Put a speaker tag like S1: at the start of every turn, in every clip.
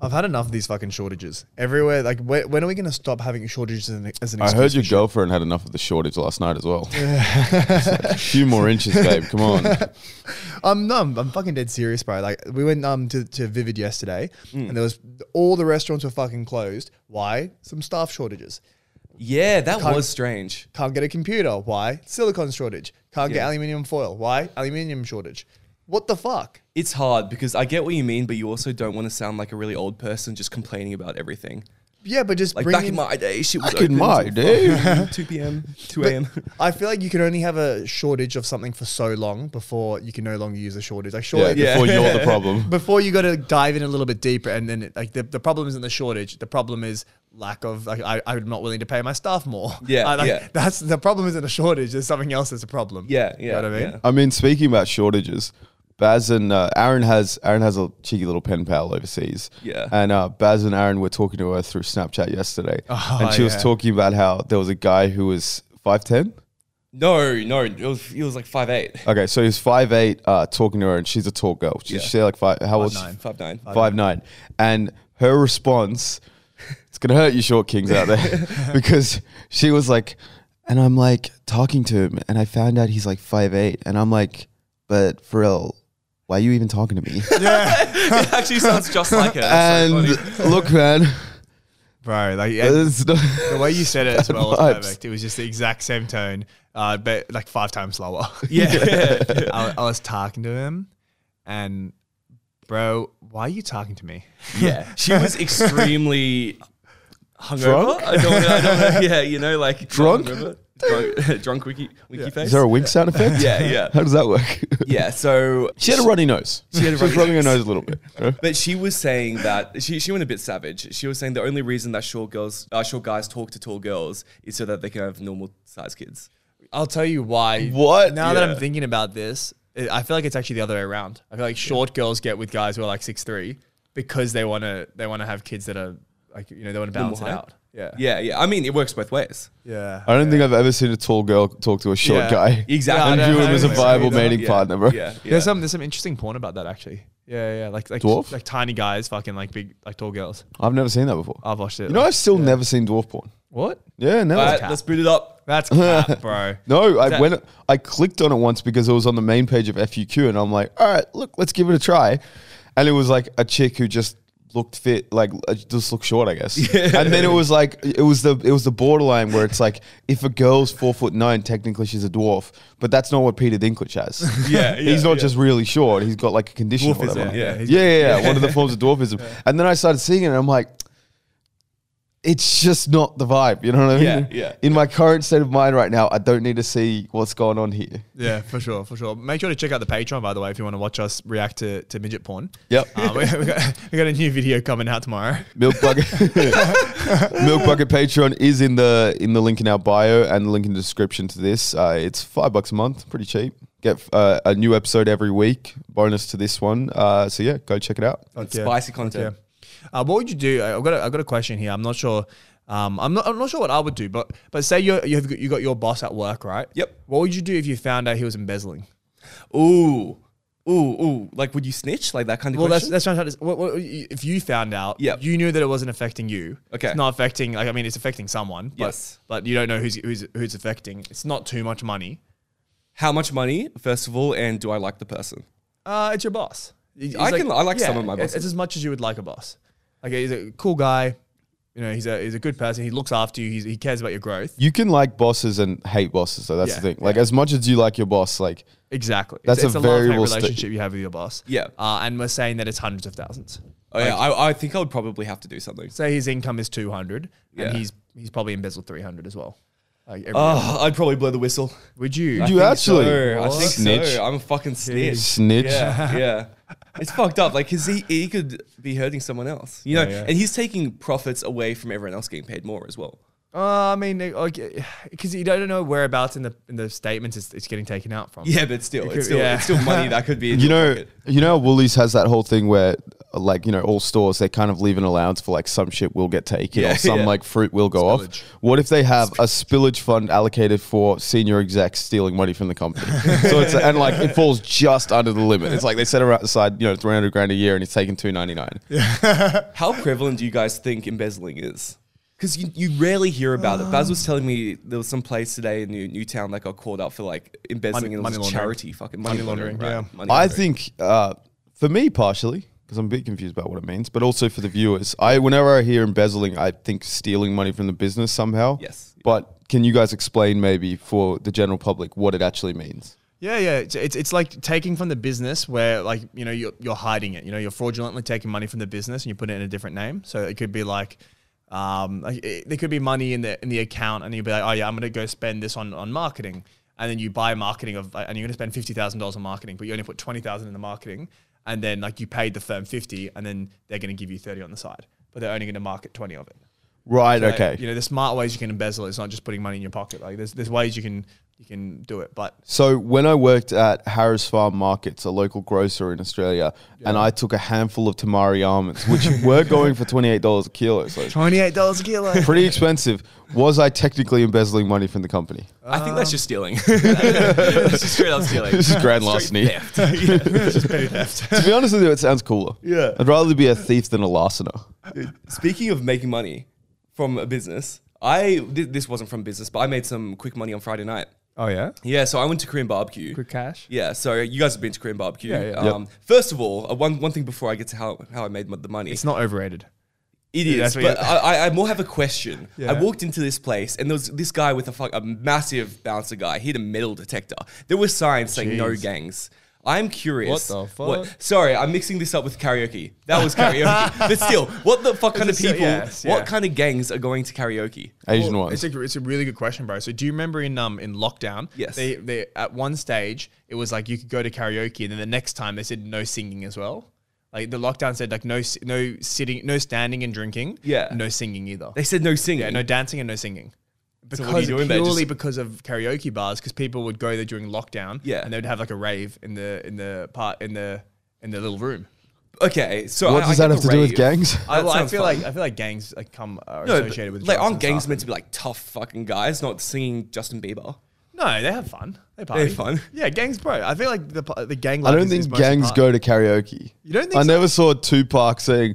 S1: I've had enough of these fucking shortages everywhere. Like, where, when are we going to stop having shortages as an, as an
S2: I
S1: excuse?
S2: heard your girlfriend had enough of the shortage last night as well. a few more inches, babe. Come on.
S1: I'm no, I'm, I'm fucking dead serious, bro. Like we went um to, to Vivid yesterday,
S3: Mm.
S1: and there was all the restaurants were fucking closed. Why? Some staff shortages.
S3: Yeah, that
S1: Can't-
S3: was strange.
S1: Can't get a computer. Why? Silicon shortage. Can't get
S3: Yeah.
S1: aluminium foil. Why? Aluminium shortage. What the fuck?
S3: It's hard because I get what you mean, but you also don't want to sound like a really old person just complaining about everything.
S1: Yeah, but just
S3: Like
S1: bring
S3: back in my day, shit was
S2: Back in
S3: open
S2: my
S3: till
S2: day.
S3: fucking 2 p.m., 2
S1: But
S3: a.m.
S1: I feel like you can only have a shortage of something for so long before you can no longer use the shortage. Like surely
S2: Yeah, before you're the problem.
S1: before you got to dive in a little bit deeper and then it, like the, the problem isn't the shortage the problem is lack of like I, i'm not willing to pay my staff more
S3: Yeah,
S1: I, like,
S3: yeah.
S1: that's the problem isn't a shortage there's something else that's a problem
S3: Yeah,
S1: you know what i
S3: yeah,
S1: mean
S3: yeah.
S2: I mean, speaking about shortages, Baz and uh, Aaron has Aaron has a cheeky little pen pal overseas.
S3: Yeah.
S2: And uh, Baz and Aaron were talking to her through Snapchat yesterday,
S1: Oh,
S2: and she
S1: yeah.
S2: was talking about how there was a guy who was five ten.
S3: No, no, it was, it was like 5'8,
S2: Okay, so he's five eight, uh, talking to her, and she's a tall girl. She's,
S3: Yeah.
S2: she's like five. How old?
S1: 5'9".
S3: 5'9.
S2: Five nine. And her response, it's gonna hurt you, short kings out there, because she was like, and I'm like talking to him, and I found out he's like five eight, and I'm like, but for real, why are you even talking to me?
S3: it actually sounds just like her. That's so
S2: and
S3: funny.
S2: look, man,
S1: bro like
S2: it's not-
S1: the way you said it as well was
S2: vibes.
S1: perfect it was just the exact same tone uh, but like five times slower
S3: yeah.
S1: I, I was talking to him and bro why are you talking to me
S3: Yeah, she was extremely hungover. I don't, I don't, yeah, you know, like
S2: Drunk?
S3: hungover. drunk, drunk wiki, wiki face.
S2: is there a wink sound effect?
S3: Yeah, yeah.
S2: How does that work?
S3: yeah. So
S2: She had a runny nose. She,
S3: had a
S2: was
S3: runny
S2: rubbing her nose a little bit.
S3: But she was saying that she, she went a bit savage. She was saying the only reason that short girls, uh, short guys talk to tall girls is so that they can have normal size kids.
S1: I'll tell you why.
S2: What?
S1: Now that
S3: Yeah.
S1: I'm thinking about this, it, I feel like it's actually the other way around. I feel like short girls get with guys who are like six three because they want to they want to have kids that are like you know they want to balance it
S3: height?
S1: out. Yeah.
S3: Yeah, yeah. I mean, it works both ways.
S1: Yeah.
S2: I don't think I've ever seen a tall girl talk to a short
S1: Yeah.
S2: guy.
S3: Exactly.
S2: And
S1: I
S2: view
S1: don't
S2: him as a
S1: know.
S2: viable
S1: Yeah.
S2: mating
S3: Yeah,
S2: partner, bro.
S3: Yeah, yeah.
S1: There's some there's some interesting porn about that actually. Yeah, yeah, like like
S2: Dwarf?
S1: like tiny guys fucking like big like tall girls.
S2: I've never seen that before.
S1: I've watched it.
S2: You know,
S1: like-
S2: I've still never seen dwarf porn.
S1: what?
S2: Yeah, no.
S3: All right, let's boot it up.
S1: That's crap, bro.
S2: No, I
S1: that-
S2: went. I clicked on it once because it was on the main page of FUQ, and I'm like, all right, look, let's give it a try. And it was like a chick who just looked fit, like uh, just looked short, I guess. And then it was like it was the it was the borderline where it's like if a girl's four foot nine, technically she's a dwarf, but that's not what Peter Dinklage has.
S3: Yeah,
S2: he's
S3: yeah,
S2: not
S3: yeah.
S2: just really short. He's got like a condition. or
S3: Dwarfism,
S2: whatever.
S3: yeah.
S2: yeah, yeah, yeah. One of the forms of dwarfism. And then I started seeing it, and I'm like, it's just not the vibe. You know what I mean?
S3: Yeah, yeah.
S2: In my current state of mind right now, I don't need to see what's going on here.
S1: Yeah, for sure, for sure. Make sure to check out the Patreon, by the way, if you want to watch us react to, to midget porn.
S2: Yep.
S1: Uh, we, we, got, we got a new video coming out tomorrow.
S2: Milk bucket, Milk bucket Patreon is in the in the link in our bio and the link in the description to this. Uh, it's five bucks a month, pretty cheap. Get uh, a new episode every week, bonus to this one. Uh, so yeah, go check it out.
S1: yeah.
S3: Spicy content.
S1: Yeah. Uh, what would you do? I- I've got a, I've got a question here. I'm not sure. Um, I'm not I'm not sure what I would do, but but say you you have got- you got your boss at work, right?
S3: Yep.
S1: What would you do if you found out he was embezzling?
S3: Ooh, ooh, ooh. Like, would you snitch? Like that kind of
S1: Well, that's
S3: question.
S1: that's what I'm trying to. What, what, if you found out,
S3: Yep.
S1: you knew that it wasn't affecting you.
S3: Okay.
S1: It's not affecting. Like I mean, it's affecting someone. But,
S3: Yes.
S1: But you don't know who's who's who's affecting. It's not too much money.
S3: How much money, first of all, and do I like the person?
S1: Uh, it's your boss. He's
S3: I can- I like some of my
S1: it's- It's
S3: bosses.
S1: as much as you would like a boss. Like he's a cool guy. You know, he's a he's a good person. He looks after you. He's, he cares about your growth.
S2: You can like bosses and hate bosses, so that's
S1: Yeah,
S2: the thing. Like as much as you like your boss, like
S1: Exactly.
S2: That's
S1: it's,
S2: a
S1: it's a love hate
S2: variable sta-
S1: relationship you have with your boss.
S3: Yeah.
S1: Uh, and we're saying that it's hundreds of thousands.
S3: Oh yeah, I, I think I would probably have to do something.
S1: Say his income is two hundred,
S3: Yeah.
S1: and he's he's probably embezzled three hundred as well. Like every
S3: Oh, I'd probably blow the whistle.
S1: would you?
S2: you actually
S3: No, I think
S2: snitch,
S3: so. I'm a fucking snitch.
S2: snitch.
S3: Yeah, yeah. It's fucked up. Like, cause he, he could be hurting someone else, you know.
S1: yeah.
S3: And he's taking profits away from everyone else getting paid more as well.
S1: Uh, I mean, because you don't know whereabouts in the in the statements it's, it's getting taken out from.
S3: Yeah, but still,
S1: could-
S3: it's still,
S1: yeah.
S3: it's still money that could be. In
S2: You
S3: your
S2: know,
S3: pocket.
S2: you know, Woolies has that whole thing where, uh, like, you know, all stores they kind of leave an allowance for like some shit will get taken
S3: Yeah,
S2: or some
S3: yeah.
S2: like fruit will go
S3: Spillage.
S2: off. What if they have a spillage fund allocated for senior execs stealing money from the company? so it's and like it falls just under the limit. It's like they set around aside, you know, three hundred grand a year, and it's taking two ninety nine.
S3: How prevalent do you guys think embezzling is? Because you, you rarely hear about it. Baz was telling me there was some place today in New, Newtown that got caught up for like embezzling
S1: Money-
S3: and it
S1: money
S3: was a
S1: laundering.
S3: charity, fucking money,
S4: Money
S3: laundering.
S4: laundering,
S3: right?
S4: yeah.
S3: Money
S2: I
S3: laundering.
S2: think uh, for me, partially because I'm a bit confused about what it means, but also for the viewers. I whenever I hear embezzling, I think stealing money from the business somehow.
S3: Yes.
S2: But can you guys explain maybe for the general public what it actually means?
S1: Yeah, yeah. It's, it's it's like taking from the business where like you know you're you're hiding it. You know you're fraudulently taking money from the business and you put it in a different name. So it could be like, um, like it, there could be money in the in the account and you'd be like, oh yeah, I'm gonna go spend this on on marketing, and then you buy marketing of and you're gonna spend fifty thousand dollars on marketing, but you only put twenty thousand in the marketing, and then like you paid the firm fifty, and then they're gonna give you thirty on the side, but they're only gonna market twenty of it.
S2: Right.
S1: Like,
S2: okay.
S1: you know the smart ways you can embezzle. It's not just putting money in your pocket. Like there's there's ways you can you can do it, but
S2: So when I worked at Harris Farm Markets, a local grocer in Australia, and I took a handful of tamari almonds, which were going for twenty eight dollars a kilo, so
S1: twenty eight dollars a kilo.
S2: pretty expensive. Was I technically embezzling money from the company?
S3: I think that's just stealing. that's just straight up stealing.
S2: This is grand larceny.
S3: Straight theft.
S2: to be honest with you, it sounds cooler.
S3: Yeah.
S2: I'd rather be a thief than a larcener.
S3: Speaking of making money from a business, I thi- this wasn't from business, but I made some quick money on Friday night.
S1: Oh yeah,
S3: Yeah, so I went to Korean barbecue.
S1: quick cash.
S3: Yeah, so you guys have been to Korean barbecue.
S1: Yeah, yeah.
S3: Um, First of all, uh, one one thing before I get to how, how I made m- the money,
S1: It's not overrated.
S3: it is.
S1: that's what
S3: But
S1: you-
S3: I, I- I more have a question.
S1: Yeah.
S3: I walked into this place and there was this guy with a fuck, a massive bouncer guy. He had a metal detector. There were signs saying no
S1: Jeez.
S3: gangs. I'm curious.
S1: What the fuck?
S3: sorry, I'm mixing this up with karaoke. That was karaoke. but still, what the fuck kind of
S1: It's a-
S3: people?
S1: yes,
S3: What
S1: yeah.
S3: kind of gangs are going to karaoke?
S2: Asian
S1: Well,
S2: ones.
S1: It's a, it's a really good question, bro. So do you remember in um in lockdown?
S3: Yes.
S1: They they at one stage it was like you could go to karaoke, and then the next time they said no singing as well. Like the lockdown said like no si- no sitting, no standing and drinking.
S3: Yeah.
S1: No singing either.
S3: They said no singing.
S1: yeah, no dancing and no singing.
S3: So
S1: Because
S3: what are you doing there?
S1: purely
S3: Just-
S1: because of karaoke bars, because people would go there during lockdown.
S3: Yeah.
S1: And they would have like a rave in the in the part in the in the little room.
S3: Okay, so
S2: what
S3: I-
S2: does
S3: I get
S2: that have
S3: the
S2: to do with
S3: rave.
S2: gangs?
S3: I-
S1: I, well, I
S3: sounds
S1: feel
S3: fun.
S1: like I feel like gangs like come are
S3: No, but,
S1: associated with
S3: like
S1: drugs
S3: aren't
S1: and
S3: gangs
S1: stuff.
S3: meant to be like tough fucking guys, not singing Justin Bieber?
S1: No, they have fun. They party.
S3: fun.
S1: Yeah, gangs, bro. I feel like the pa- the gang.
S2: I
S1: Life
S2: don't
S1: is- is
S2: think
S1: most of
S2: gangs
S1: part-
S2: go to karaoke.
S1: You don't think
S2: I
S1: so?
S2: never saw Tupac saying,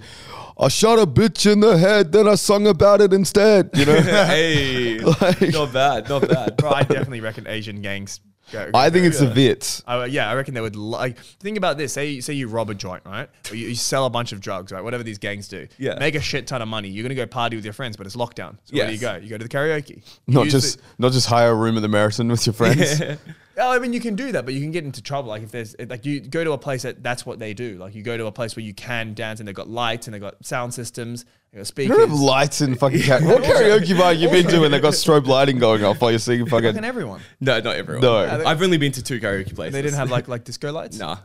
S2: I shot a bitch in the head, then I sung about it instead. You know?
S3: hey,
S2: Like-
S3: not bad, not bad.
S1: Bro, I definitely reckon Asian gangs go.
S2: I think it's
S1: a
S2: the Vits.
S1: I, yeah, I reckon they would like. Think about this. Say, say you rob a joint, right? Or you, you sell a bunch of drugs, right? Whatever these gangs do.
S3: Yeah.
S1: Make a shit ton of money. You're gonna go party with your friends, but it's lockdown. So where do you
S3: Yes.
S1: go? You go to the karaoke. You
S2: Not
S1: use
S2: just
S1: the-
S2: not just hire a room at the Meriton with your friends.
S1: Oh, I mean, you can do that, but you can get into trouble. Like if there's like you go to a place that that's what they do. Like you go to a place where you can dance and they've got lights and they've got sound systems, they've got
S2: You
S1: speakers.
S2: don't have lights in fucking car- What karaoke bar you been to when they got strobe lighting going off while you're singing
S1: Fucking
S2: fucking
S1: everyone.
S3: No, not everyone.
S2: No.
S3: I've only been to two karaoke places.
S1: They didn't have like like disco lights.
S3: Nah.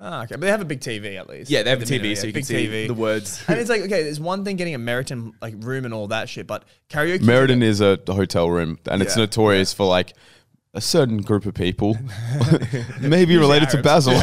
S1: Ah, okay. But they have a big TV at least.
S3: Yeah, they have a
S1: At
S3: TV,
S1: the minute,
S3: so
S1: yeah,
S3: you can
S1: big
S3: see the words.
S1: And it's like okay, there's one thing getting a Meriton like room and all that shit, but karaoke.
S2: Meriden is a hotel room and it's
S1: Yeah.
S2: notorious for like a certain group of people, maybe related to Basil,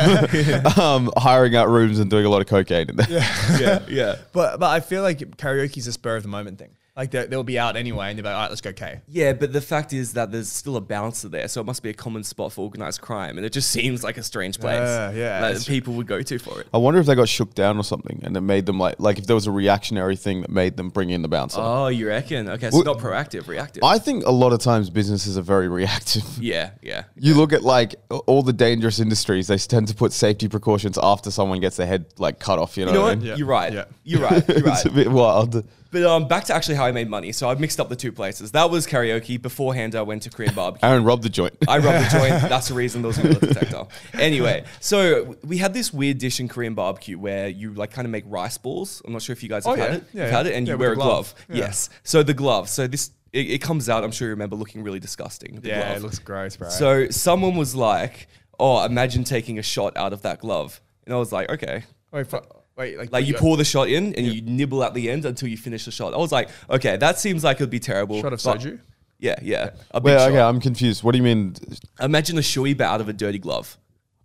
S2: um, hiring out rooms and doing a lot of cocaine in there.
S3: yeah, yeah.
S1: But but I feel like karaoke's a spur of the moment thing. Like they- they'll be out anyway, and they're like, all right, let's go K.
S3: Yeah, but the fact is that there's still a bouncer there, so it must be a common spot for organized crime, and it just seems like a strange place
S1: Yeah, yeah,
S3: that
S1: it's-
S3: people would go to for it.
S2: I wonder if they got shook down or something, and it made them like like if there was a reactionary thing that made them bring in the bouncer.
S3: Oh, you reckon? Okay, so not proactive, reactive.
S2: I think a lot of times businesses are very reactive.
S3: yeah, yeah.
S2: You look at like all the dangerous industries; they tend to put safety precautions after someone gets their head like cut off. You know,
S3: You know
S2: what I
S3: what?
S2: mean?
S3: You're right.
S1: Yeah.
S3: You're right. You're right.
S2: it's a bit wild.
S3: But um, back to actually how I made money. So I mixed up the two places. That was karaoke. Beforehand, I went to Korean barbecue.
S2: Aaron robbed the joint.
S3: I rubbed the joint. That's the reason there was a metal detector. Anyway, so we had this weird dish in Korean barbecue where you like kind of make rice balls. I'm not sure if you guys have
S1: Oh,
S3: had
S1: yeah.
S3: it.
S1: Yeah,
S3: You've
S1: yeah.
S3: had it, and
S1: Yeah,
S3: you
S1: with
S3: wear
S1: the
S3: a glove.
S1: glove. Yeah.
S3: Yes. So the glove. So this it, it comes out. I'm sure you remember looking really disgusting. The
S1: Yeah,
S3: glove.
S1: it looks gross, bro.
S3: So someone was like, "Oh, imagine taking a shot out of that glove," and I was like, "Okay."
S1: Wait, fu- Wait, like,
S3: Like you pour the shot in and you nibble at the end until you finish the shot. I was like, okay, that seems like it'd be terrible.
S1: shot of
S3: but-
S1: soju.
S3: Yeah, yeah. A big
S2: Wait, okay,
S3: shot.
S2: I'm confused. What do you mean?
S3: Imagine a shoey bat out of a dirty glove.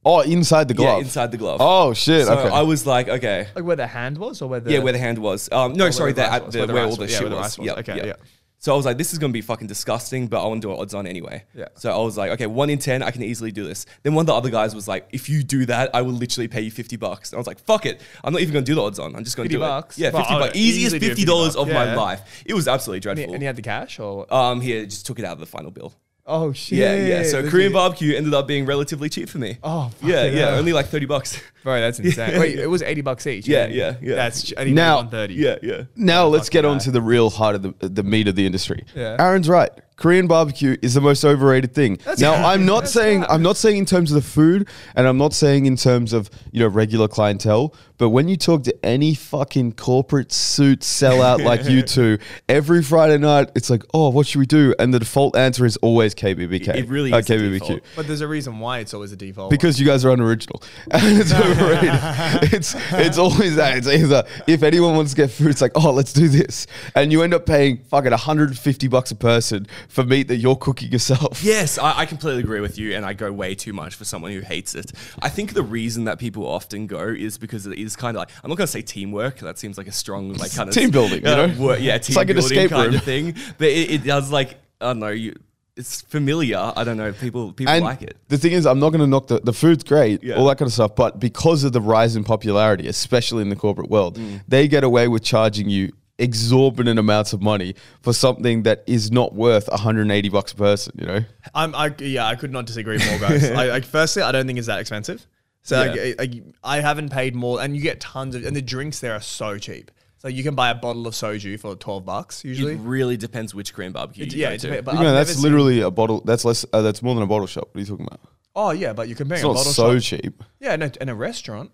S2: Oh, inside the glove.
S3: Yeah, inside the glove.
S2: Oh shit.
S3: So
S2: okay.
S3: I was like, okay.
S1: Like where the hand was, or where the
S3: Yeah, where the hand was. Um, no, sorry,
S1: the
S3: the,
S1: rice
S3: at
S1: was,
S3: the,
S1: Oh, where
S3: where,
S1: the rice
S3: all the
S1: was. Yeah,
S3: shit
S1: where the
S3: was.
S1: rice was.
S3: Yep,
S1: Okay,
S3: yep.
S1: yeah.
S3: So I was like, this is going to be fucking disgusting, but I want to do it odds on anyway.
S1: Yeah.
S3: So I was like, okay, one in 10, I can easily do this. Then one of the other guys was like, if you do that, I will literally pay you 50 bucks. And I was like, fuck it. I'm not even going to do the odds on. I'm just going to
S1: 50
S3: do
S1: bucks?
S3: it. Yeah,
S1: Well,
S3: 50
S1: I would
S3: bucks. Easiest
S1: easily do
S3: $50 of
S1: 50
S3: my
S1: yeah.
S3: life. It was absolutely dreadful.
S1: and he had the cash, or
S3: um, here, just took it out of the final bill.
S1: oh shit,
S3: Yeah, yeah. So
S1: Look
S3: Korean
S1: at-
S3: barbecue ended up being relatively cheap for me.
S1: Oh, fucking
S3: yeah, yeah.
S1: hell.
S3: Only like 30 bucks.
S1: Bro, that's insane. Wait, it was eighty bucks each.
S3: Yeah,
S1: and
S3: yeah, yeah.
S1: That's ch- and he
S2: Now-
S1: now one thirty.
S3: yeah, yeah.
S2: now let's get on to the real heart of the, the meat of the industry.
S1: Yeah.
S2: Aaron's right. Korean barbecue is the most overrated thing. now I'm not saying I'm not saying in terms of the food, and I'm not saying in terms of you know regular clientele. But when you talk to any fucking corporate suit sellout like you two, every Friday night it's like, oh, what should we do? And the default answer is always KBBK.
S3: It really
S2: uh,
S3: is the
S2: KBBQ.
S3: default.
S1: But there's a reason why it's always a default.
S2: Because you guys are unoriginal. And it's overrated. It's it's always that. It's either if anyone wants to get food, it's like, oh, let's do this. And you end up paying fucking 150 bucks a person for meat that you're cooking yourself.
S3: Yes, I, I completely agree with you, and I go way too much for someone who hates it. I think the reason that people often go is because it is kind of like I'm not going to say teamwork. That seems like a strong like kind of
S2: Team building, you know?
S3: wor- yeah, team
S2: like an
S3: building
S2: escape
S3: kind
S2: room.
S3: of thing. But it, it does like I don't know. You, it's familiar. I don't know. People people
S2: And
S3: like it.
S2: the thing is, I'm not going to knock the, the food's great,
S3: Yeah.
S2: all that kind of stuff. But because of the rise in popularity, especially in the corporate world,
S3: Mm.
S2: they get away with charging you exorbitant amounts of money for something that is not worth 180 bucks a person. You know,
S1: I'm, I, yeah, I could not disagree more, guys. like, like, firstly, I don't think it's that expensive. So,
S3: Yeah.
S1: like, like, I haven't paid more, and you get tons of, and the drinks there are so cheap. So you can buy a bottle of soju for twelve bucks usually.
S3: It really depends which Korean barbecue.
S1: It-
S3: you
S1: yeah,
S3: go
S1: it's
S3: to.
S1: a bit, but
S2: You know,
S1: I've
S2: that's
S1: never
S2: literally a bottle. That's less. Uh, that's more than a bottle shop. What are you talking about?
S1: seen- oh yeah, but you're comparing
S2: It's
S1: a
S2: not
S1: bottle
S2: so
S1: shop.
S2: cheap.
S1: Yeah, no, in a restaurant,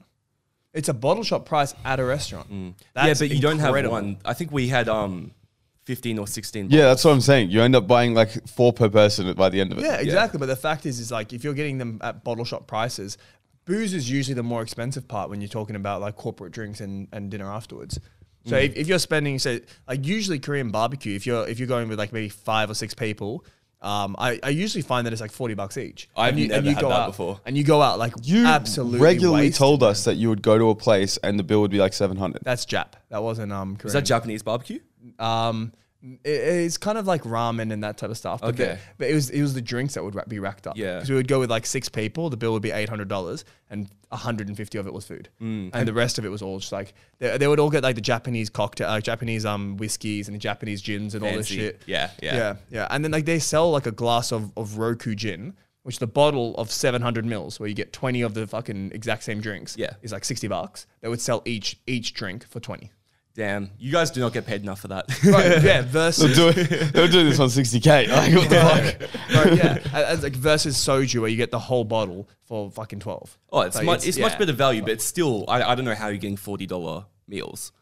S1: it's a bottle shop price at a restaurant.
S3: Mm. yeah,
S1: That's
S3: but you don't have
S1: incredible.
S3: one. I think we had um, fifteen or sixteen.
S2: Yeah, that's what I'm saying. You end up buying like four per person by the end of it.
S1: Yeah, exactly. But the fact is, is like if you're getting them at bottle shop prices, booze is usually the more expensive part when you're talking about like corporate drinks and, and dinner afterwards. So
S3: Mm.
S1: if, if you're spending, so like usually Korean barbecue, if you're if you're going with like maybe five or six people, um, I, I usually find that it's like forty bucks each.
S3: I've
S1: and you, and
S3: never
S1: you
S3: had
S1: go
S3: that
S1: out
S3: before.
S1: and you go out like
S2: You
S1: absolutely
S2: regularly
S1: waste.
S2: told us that you would go to a place and the bill would be like 700.
S1: that's Jap. That wasn't um Korean.
S3: Is that Japanese barbecue?
S1: Um, it, it's kind of like ramen and that type of stuff. But the-
S3: Okay.
S1: but it was it was the drinks that would ra- be racked up.
S3: Yeah.
S1: Because we would go with like six people, the bill would be eight hundred dollars, and hundred and fifty of it was food,
S3: Mm.
S1: and the rest of it was all just like they, they would all get like the Japanese cocktail, uh, Japanese um whiskeys and the Japanese gins and all this
S3: Fancy.
S1: shit.
S3: Yeah, yeah.
S1: yeah, yeah. And then like they sell like a glass of of Roku gin. Which the bottle of 700 mils, where you get 20 of the fucking exact same drinks,
S3: Yeah.
S1: is like 60 bucks. They would sell each each drink for 20.
S3: Damn, you guys do not get paid enough for that.
S1: Right, yeah, versus
S2: They're doing, they're doing this on 60K. Like, what the fuck?
S1: Right, yeah. And- and, like versus soju, where you get the whole bottle for fucking twelve.
S3: Oh, it's
S1: Like,
S3: much it's,
S1: yeah.
S3: much better value, but it's still I, I don't know how you're getting forty dollar meals,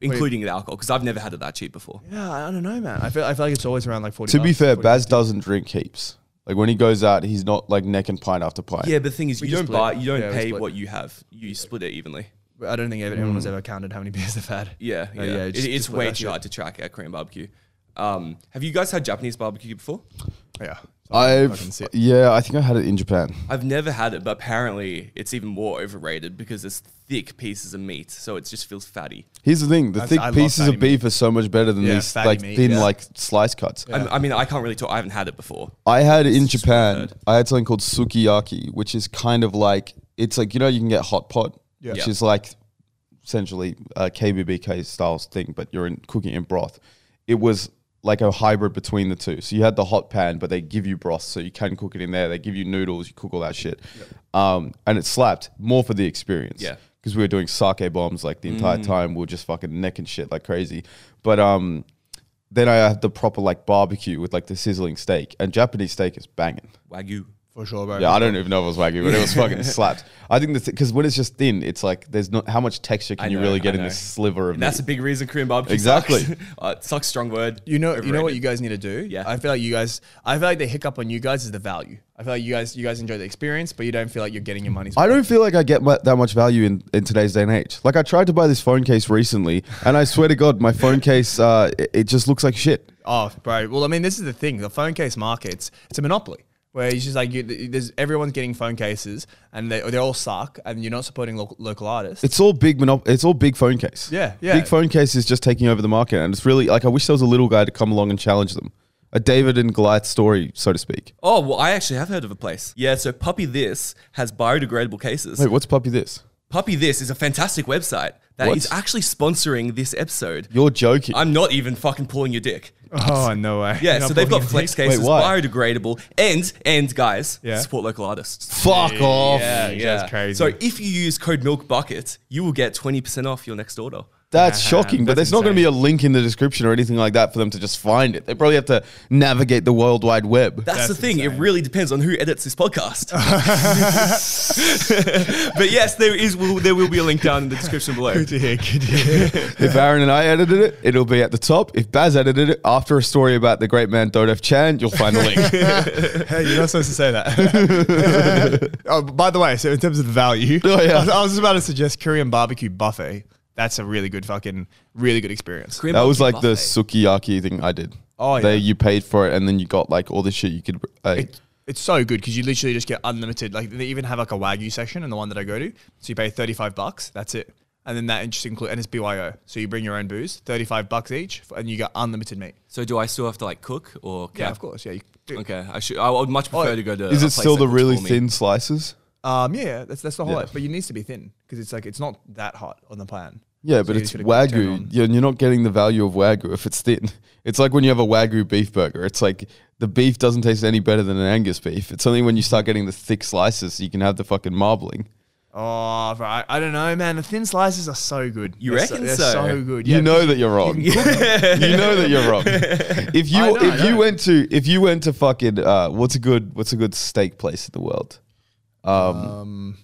S3: including the alcohol, because I've never had it that cheap before.
S1: Yeah, I don't know, man. I feel I feel like it's always around like forty.
S2: To be
S1: bucks,
S2: fair,
S1: 40.
S2: Baz doesn't drink heaps. Like when he goes out, he's not like neck and pint after pint.
S3: Yeah, but the thing is, you
S1: just
S3: don't
S1: split.
S3: buy, you don't
S1: Yeah, we
S3: pay
S1: split.
S3: what you have. You split it evenly.
S1: I don't think anyone
S2: Mm.
S1: has ever counted how many beers they've had.
S3: Yeah,
S1: No,
S3: yeah.
S1: Oh, yeah,
S3: It-
S1: just-
S3: it's
S1: just let
S3: way
S1: that
S3: too
S1: shit-
S3: hard to track at Korean barbecue. Um, have you guys had Japanese barbecue before?
S1: Yeah, Fucking
S2: I've
S1: sick.
S2: yeah, I think I had it in Japan.
S3: I've never had it, but apparently it's even more overrated because it's thick pieces of meat, so it just feels fatty.
S2: Here's the thing: the
S1: That's-
S2: thick
S1: I love
S2: pieces
S1: fatty
S2: of beef are so much better than
S1: Yeah,
S2: these
S1: fatty
S2: like
S1: meat,
S2: thin
S1: yeah.
S2: like slice cuts.
S3: I'm- I mean, I can't really talk. I haven't had it before.
S2: I had in Japan. I had something called sukiyaki, which is kind of like it's like you know you can get hot pot, which
S3: Yeah.
S2: is like essentially a KBBK style thing, but you're in cooking in broth. It was like a hybrid between the two. So you had the hot pan, but they give you broth, so you can cook it in there. They give you noodles, you cook all that shit, um, and it slapped more for the experience.
S3: Yeah.
S2: because we were doing sake bombs like the entire time. We were just fucking neck and shit like crazy, but um then I had the proper like barbecue with like the sizzling steak, and Japanese steak is banging.
S3: Wagyu.
S1: for sure, bro.
S2: Yeah, I don't even know if it was wagyu, but it was fucking slapped. I think that's because when it's just thin, it's like there's not how much texture can
S3: I
S2: you
S3: know,
S2: really
S3: I
S2: get in
S3: know.
S2: this sliver of
S3: And that's a
S2: meat?
S3: big reason Korean barbecue.
S2: Exactly.
S3: Sucks. uh, it sucks. Strong word.
S1: You know, you know what
S3: Overrated.
S1: you guys need to do.
S3: Yeah.
S1: I feel like you guys. I feel like the hiccup on you guys is the value. I feel like you guys, you guys enjoy the experience, but you don't feel like you're getting your money's.
S2: I don't feel like I get mu- that much value in, in today's day and age. Like I tried to buy this phone case recently, and I swear to God, my phone case uh, it, it just looks like shit.
S1: Oh, bro. Well, I mean, this is the thing. The phone case market's it's a monopoly where it's just like you, there's everyone's getting phone cases and they they all suck and you're not supporting local, local artists.
S2: It's all big monop- It's all big phone case.
S1: Yeah, yeah.
S2: Big phone case is just taking over the market, and it's really like I wish there was a little guy to come along and challenge them, a David and Goliath story, so to speak.
S3: Oh well, I actually have heard of a place. Yeah, so Puppy This has biodegradable cases.
S2: Wait, what's puppy this?
S3: Puppy This is a fantastic website that is
S2: What?
S3: actually sponsoring this episode.
S2: You're joking.
S3: I'm not even fucking pulling your dick.
S1: oh no way.
S3: Yeah,
S1: You're
S3: so
S1: not
S3: they've got
S1: booking
S3: flex
S1: these?
S3: cases,
S2: Wait, why?
S3: biodegradable, and and guys,
S1: Yeah.
S3: support local artists.
S2: Fuck off.
S1: Yeah, that's crazy.
S3: So if you use code MilkBucket, you will get twenty percent off your next order.
S2: That's
S1: Uh-huh.
S2: shocking, but there's not going to be a link in the description or anything like that for them to just find it. They probably have to navigate the World Wide Web.
S3: That's, the
S1: That's
S3: thing. It
S1: insane.
S3: really depends on who edits this podcast. but yes, there is. Will, there will be a link down in the description below.
S1: Good to hear. Good to hear.
S2: if Aaron and I edited it, it'll be at the top. If Baz edited it after a story about the great man Dodef Chan, you'll find the link.
S1: hey, you're not supposed to say that. oh, by the way, so in terms of the value,
S2: Oh, yeah.
S1: I, was, I was about to suggest Korean barbecue buffet. That's a really good fucking, really good experience.
S3: Korean
S2: that was
S3: barbecue
S2: like the
S3: buffet.
S2: sukiyaki thing I did.
S1: Oh, yeah.
S2: They, you paid for it, and then you got like all the shit you could. Uh,
S1: It, it's so good because you literally just get unlimited. Like they even have like a wagyu section in the one that I go to. So you pay thirty five bucks. That's it. And then that just include and it's BYO. So you bring your own booze, thirty five bucks each, f- and you get unlimited meat.
S3: So do I still have to like cook or
S1: Yeah,
S3: can I-
S1: of course. Oh, Yeah. You, do-
S3: Okay, I should. I would much prefer to go to.
S2: is
S3: a
S2: it
S3: place
S2: still
S3: that
S2: the
S3: cooks
S2: really
S3: for me.
S2: thin slices?
S1: Um. Yeah. That's that's the whole.
S2: Yeah.
S1: But you needs to be thin because it's like it's not that hot on the plan.
S2: Yeah,
S1: So
S2: but
S1: you
S2: it's
S1: just gotta turn
S2: wagyu.
S1: on.
S2: Yeah, and you're not getting the value of wagyu if it's thin. It's like when you have a wagyu beef burger. It's like the beef doesn't taste any better than an Angus beef. It's only when you start getting the thick slices you can have the fucking marbling.
S1: Oh, bro, I, I don't know, man. The thin slices are so good.
S3: You
S1: They're
S3: reckon
S1: they're
S3: so?
S1: so good.
S2: You know that you're wrong. you know that you're wrong. If you
S1: I know,
S2: if
S1: I
S2: you
S1: know.
S2: went to if you went to fucking uh, what's a good what's a good steak place in the world?
S1: Um,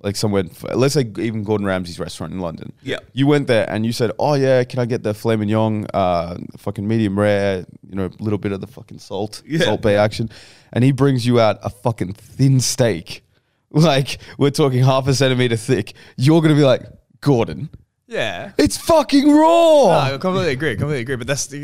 S2: like somewhere, let's say even Gordon Ramsay's restaurant in London.
S3: Yeah.
S2: You went there and you said, "Oh yeah, can I get the filet mignon, uh, fucking medium rare, you know, a little bit of the fucking salt,
S3: Yeah.
S2: salt bay action," and he brings you out a fucking thin steak, like we're talking half a centimeter thick. You're gonna be like, Gordon,
S1: yeah.
S2: it's fucking raw.
S1: No, I completely agree. Completely agree. But that's the-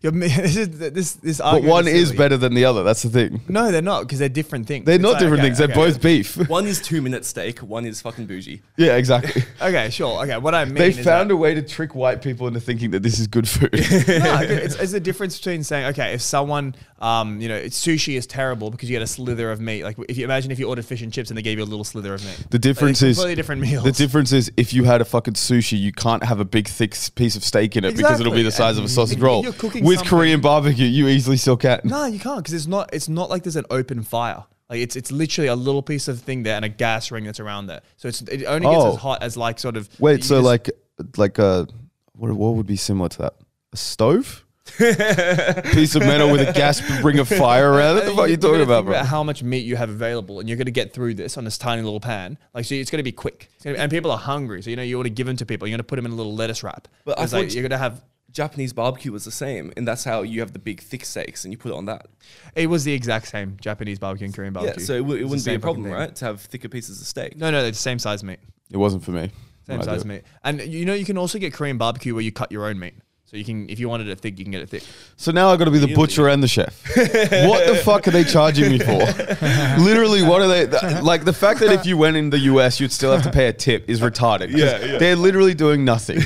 S1: you're, this is this this
S2: but
S1: argument
S2: one
S1: is
S2: is
S1: silly.
S2: better than the other. That's the thing.
S1: No, they're not because they're different things.
S2: They're
S1: It's
S2: not
S1: like,
S2: different
S1: okay,
S2: things.
S1: okay.
S2: They're both beef.
S3: One is two minute steak. One is fucking bougie.
S2: yeah, exactly.
S1: Okay, sure. Okay, what I mean
S2: They
S1: is
S2: found a way to trick white people into thinking that this is good food.
S1: that, no, it's, it's the difference between saying okay, if someone, um, you know, it's sushi is terrible because you get a slither of meat. Like if you imagine if you ordered fish and chips and they gave you a little slither of meat.
S2: The difference
S1: They're
S2: is
S1: completely different meals.
S2: The difference is if you had a fucking sushi, you can't have a big thick s- piece of steak in it because it'll be
S1: Exactly.
S2: the size of a sausage
S1: If- if
S2: roll.
S1: you're cooking
S2: With
S1: something-
S2: Korean barbecue, you easily still can.
S1: No, you can't because it's not. It's not like there's an open fire. Like it's it's literally a little piece of thing there and a gas ring that's around there. So it's it only gets
S2: Oh.
S1: as hot as like sort of. you
S2: Wait, so
S1: just-
S2: like like a what what would be similar to that? A stove? piece of metal with a gas ring of fire around it. What the
S1: Uh,
S2: fuck are you
S1: you're
S2: talking
S1: gonna
S2: about,
S1: think
S2: bro?
S1: How much meat you have available, and you're going to get through this on this tiny little pan. Like, so it's going to be quick, It's gonna be- and people are hungry. So you know, you want to give them to people. You're going to put them in a little lettuce wrap.
S3: But I
S1: It's like,
S3: thought-
S1: you're going to have.
S3: Japanese barbecue was the same, and that's how you have the big thick steaks, and you put it on that.
S1: It was the exact same Japanese barbecue and Korean barbecue.
S3: Yeah, so it, w-
S1: It's
S3: it
S1: the
S3: wouldn't be
S1: same
S3: a
S1: fucking
S3: problem,
S1: thing.
S3: right, to have thicker pieces of steak.
S1: No, no, they're the same size meat.
S2: It wasn't for me.
S1: Same
S2: I
S1: size
S2: do it.
S1: meat, and you know, you can also get Korean barbecue where you cut your own meat. So you can, if you wanted it thick, you can get it thick.
S2: So now I got to be the butcher and the chef. what the fuck are they charging me for? Literally, what are they th- like? The fact that if you went in the US, you'd still have to pay a tip is retarded. 'cause
S3: Yeah, yeah.
S2: they're literally doing nothing.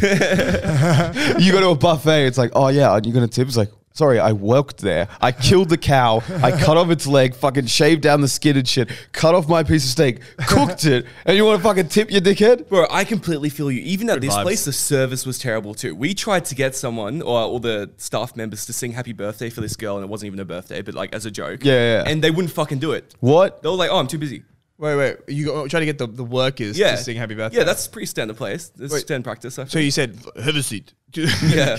S2: you go to a buffet, it's like, oh yeah, are you gonna tip? It's like. Sorry, I worked there. I killed the cow. I cut off its leg, fucking shaved down the skin and shit, cut off my piece of steak, cooked it, and you want to fucking tip your dickhead?
S3: Bro, I completely feel you. Even at this
S1: vibes.
S3: place, the service was terrible too. We tried to get someone or all the staff members to sing happy birthday for this girl, and it wasn't even her birthday, but like as a joke.
S2: Yeah, yeah, yeah.
S3: And they wouldn't fucking do it.
S2: What?
S3: They were like, oh, I'm too busy.
S4: Wait, wait. You go, try to get the, the workers
S3: Yeah,
S4: to sing happy birthday.
S3: Yeah, that's pretty standard place. This
S4: Wait.
S3: standard practice. I
S1: So you said, have a seat.
S3: Yeah.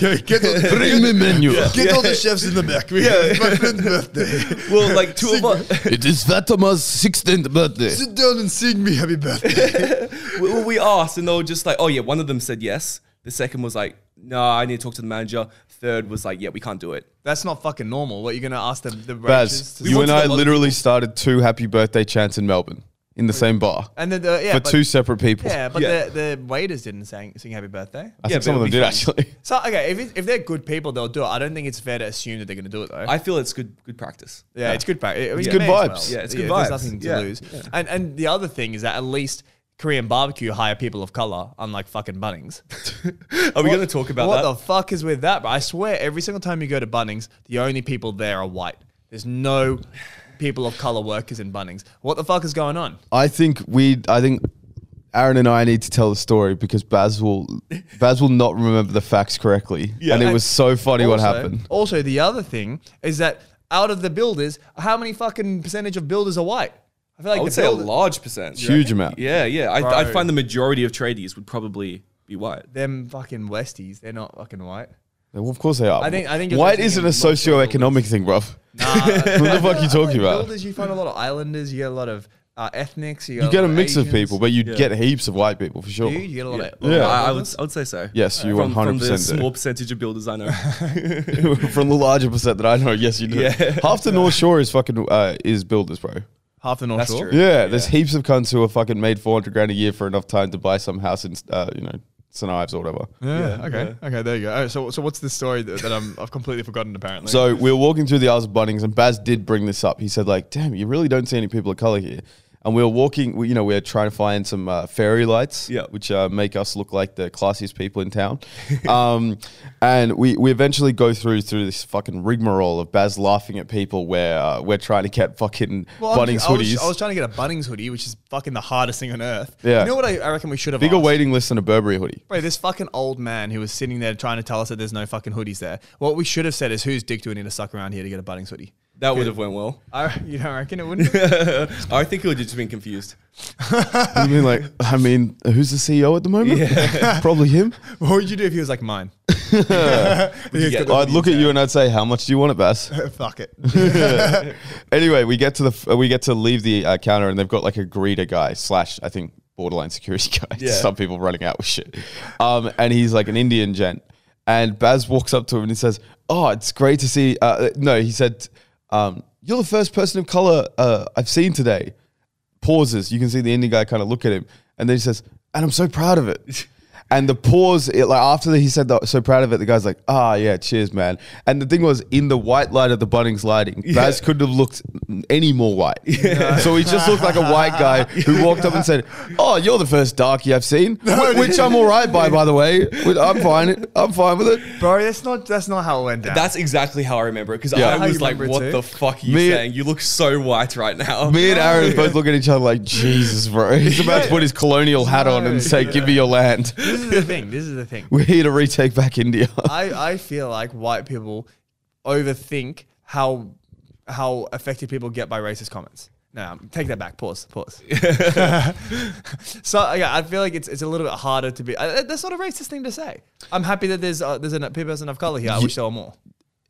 S4: get the,
S2: Bring me menu.
S4: get all the chefs in the back. We have my friend's birthday.
S3: think. well, like two of us,
S2: It is Fatima's 16th birthday.
S4: Sit down and sing me happy birthday.
S3: we, we asked, and they were just like, "Oh yeah." One of them said yes. The second was like, "No, I need to talk to the manager." Third was like, "Yeah, we can't do it."
S1: That's not fucking normal. What, you're going to ask the, the roaches
S2: Baz,
S1: to
S2: you
S1: sing?
S2: and I literally started two happy birthday chants in Melbourne in the same bar
S1: And then, the, yeah,
S2: for
S1: but,
S2: two separate people.
S1: Yeah, but
S3: Yeah.
S1: The, the waiters didn't sing, sing happy birthday.
S2: I
S3: Yeah,
S2: think
S3: but
S2: some of
S3: it'll
S2: them
S3: be
S2: did
S3: fun.
S2: actually.
S1: So, okay, if, it, if they're good people, they'll do it. I don't think it's fair to assume that they're going to do it, though.
S3: I feel it's good, good practice.
S1: Yeah, it's good. Back. It's
S2: good vibes.
S3: Yeah, it's good vibes.
S1: There's nothing to
S3: Yeah.
S1: lose. And and the other thing is that at least Korean barbecue hire people of color, unlike fucking Bunnings.
S3: Are we going to talk about
S1: what
S3: that?
S1: the fuck is with that? But I swear, every single time you go to Bunnings, the only people there are white. There's no people of color workers in Bunnings. What the fuck is going on?
S2: I think we. I think Aaron and I need to tell the story because Baz will. Baz will not remember the facts correctly, and it was so funny what
S1: Also-
S2: happened.
S1: Also, the other thing is that out of the builders, how many fucking percentage of builders are white? I feel like
S3: I
S1: the
S3: would say a
S1: builder-
S3: large percent.
S2: Huge amount.
S3: Yeah, yeah. I, I
S1: Bro.
S3: find the majority of tradies would probably be white.
S1: them fucking Westies, they're not fucking white.
S2: Well, of course they are.
S1: I think- I think you're
S2: White
S1: thinking
S2: isn't a
S1: of lots of
S2: socioeconomic thing, bro. what the fuck are you talking
S1: like
S2: about?
S1: Builders, you find a lot of islanders. You get a lot of uh, ethnics. You,
S2: You get a mix of people, but you
S3: Yeah.
S2: get heaps of white people for sure.
S1: you, you get a lot of
S2: Yeah.
S3: I, I would, I would say so.
S2: Yes, you
S3: From- From the
S2: 100% do.
S3: small percentage of builders I know.
S2: From the larger percent that I know, yes, you do.
S3: Yeah.
S2: Half the North Shore is fucking uh, is builders, bro.
S1: half the North
S3: That's
S1: Shore.
S3: true.
S2: Yeah, there's heaps of cunts who are fucking made 400 grand a year for enough time to buy some house in, uh, you know, St Ives or whatever.
S1: Yeah, okay, okay, there you go. Alright, so, so what's the story that, that I'm, I've completely forgotten? Apparently,
S2: So we were walking through the aisles of Bunnings, and Baz did bring this up. He said, like, damn, you really don't see any people of color here. And we were walking, we, you know, we were trying to find some uh, fairy lights,
S3: Yeah.
S2: which uh, make us look like the classiest people in town. um, and we, we eventually go through through this fucking rigmarole of Baz laughing at people where uh, we're trying to get fucking
S1: Well, I'm
S2: Bunnings
S1: just- I was,
S2: hoodies.
S1: I was trying to get a Bunnings hoodie, which is fucking the hardest thing on earth.
S2: Yeah.
S1: you know what? I, I reckon we should have
S2: Bigger
S1: asked?
S2: waiting list than a Burberry hoodie.
S1: Wait, this fucking old man who was sitting there trying to tell us that there's no fucking hoodies there. What we should have said is, whose dick do we need to suck around here to get a Bunnings hoodie?
S3: That would have went well.
S1: I, you don't reckon it wouldn't?
S3: I think he would have just been confused.
S2: I mean, like, I mean, who's the CEO at the moment? Probably him.
S1: what would you do if he was like mine?
S3: Yeah.
S2: I'd look at you and I'd say, "How much do you want it, Bass?"
S1: Fuck it.
S2: anyway, we get to the f- we get to leave the uh, counter, and they've got like a greeter guy slash I think borderline security guy.
S3: Yeah.
S2: Some people running out with shit, um, and he's like an Indian gent. And Baz walks up to him and he says, "Oh, it's great to see." Uh, no, he said, um, "You're the first person of color uh, I've seen today." Pauses. You can see the Indian guy kind of look at him, and then he says, "And I'm so proud of it." And the pause, it, like after he said that, so proud of it, the guy's like, ah, yeah, cheers, man. And the thing was, in the white light of the Bunnings lighting, Baz couldn't have looked any more white. So he just looked like a white guy who walked up and said, oh, you're the first darkie I've seen, wh- which I'm all right by, by the way. Wh- I'm fine. I'm fine with it.
S1: Bro, that's not that's not how it went down.
S3: That's exactly how I remember it because
S2: Yeah. How
S3: I
S1: you
S3: was like,
S1: remember it
S3: "What
S1: too?
S3: the fuck are you
S2: Me-
S3: saying? You look so white right now."
S2: Me and Aaron both look at each other like, Jesus, bro. He's about to put his colonial hat on and say, give me your land.
S1: this is the thing. This is the thing.
S2: We're here to retake back India.
S1: I, I feel like white people overthink how how affected people get by racist comments. No, take that back. Pause. Pause. so yeah, I feel like it's it's a little bit harder to be. I, that's not a racist thing to say. I'm happy that there's uh, there's enough people of color here. I wish there were more.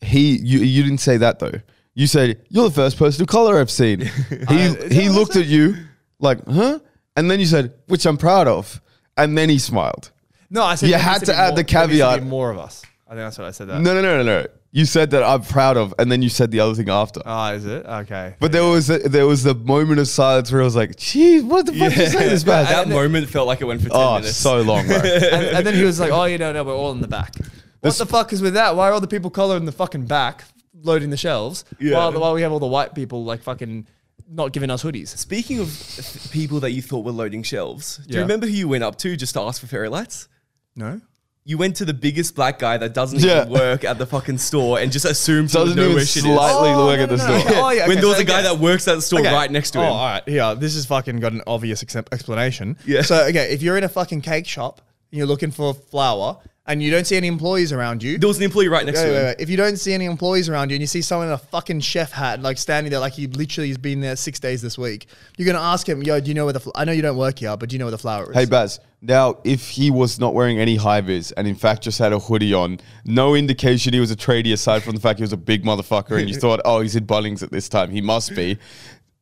S2: he you you didn't say that though. You said you're the first person of color I've seen. He
S1: that
S2: he
S1: what I
S2: looked
S1: said?
S2: at you like, huh? And then you said, which I'm proud of. And then he smiled.
S1: No, I said
S2: You
S1: there
S2: had
S1: needs be
S2: to add
S1: more-
S2: the
S1: there needs to be
S2: caveat.
S1: more of us. I think that's what I said. That.
S2: No, no, no, no, no. You said that I'm proud of, and then you said the other thing after.
S1: Ah, is it okay?
S2: but there was a, there was the moment of silence where I was like, "Geez, what the fuck did you say this
S3: that
S2: bad?"
S3: moment felt like it went for ten
S2: Oh,
S3: minutes.
S2: so long, bro.
S1: and, and then he was like, "Oh, you know, no, we're all in the back." What the fuck is with that? Why are all the people color in the fucking back, loading the shelves,
S3: Yeah.
S1: while while we have all the white people like fucking not giving us hoodies?
S3: Speaking of th- people that you thought were loading shelves, do you
S1: Yeah.
S3: remember who you went up to just to ask for fairy lights?
S1: No.
S3: You went to the biggest black guy that doesn't
S2: Yeah.
S3: even work at the fucking store and just assumed he would
S2: Doesn't
S3: know
S2: even
S3: where shit is.
S2: slightly
S1: Oh,
S2: look
S1: no,
S2: at the
S1: no,
S2: store.
S1: no. Oh, yeah,
S3: when
S1: okay,
S3: there was
S1: so
S3: a guy
S1: yeah.
S3: that works at the store
S1: Okay.
S3: right next to
S1: Oh,
S3: him.
S1: all right. Yeah, this has fucking got an obvious ex- explanation.
S3: Yeah.
S1: So, okay, if you're in a fucking cake shop and you're looking for flour
S4: and you don't see any employees around you.
S3: There was an employee right next
S4: Wait,
S3: to
S4: wait,
S3: him.
S4: wait. If you don't see any employees around you and you see someone in a fucking chef hat, like standing there, like he literally has been there six days this week, you're gonna ask him, "Yo, do you know where the? Fl- I know you don't work here, but do you know where the flower is?"
S2: Hey Baz, now if he was not wearing any high vis and in fact just had a hoodie on, no indication he was a tradie aside from the fact he was a big motherfucker and you thought, oh, he's in Bunnings at this time, he must be,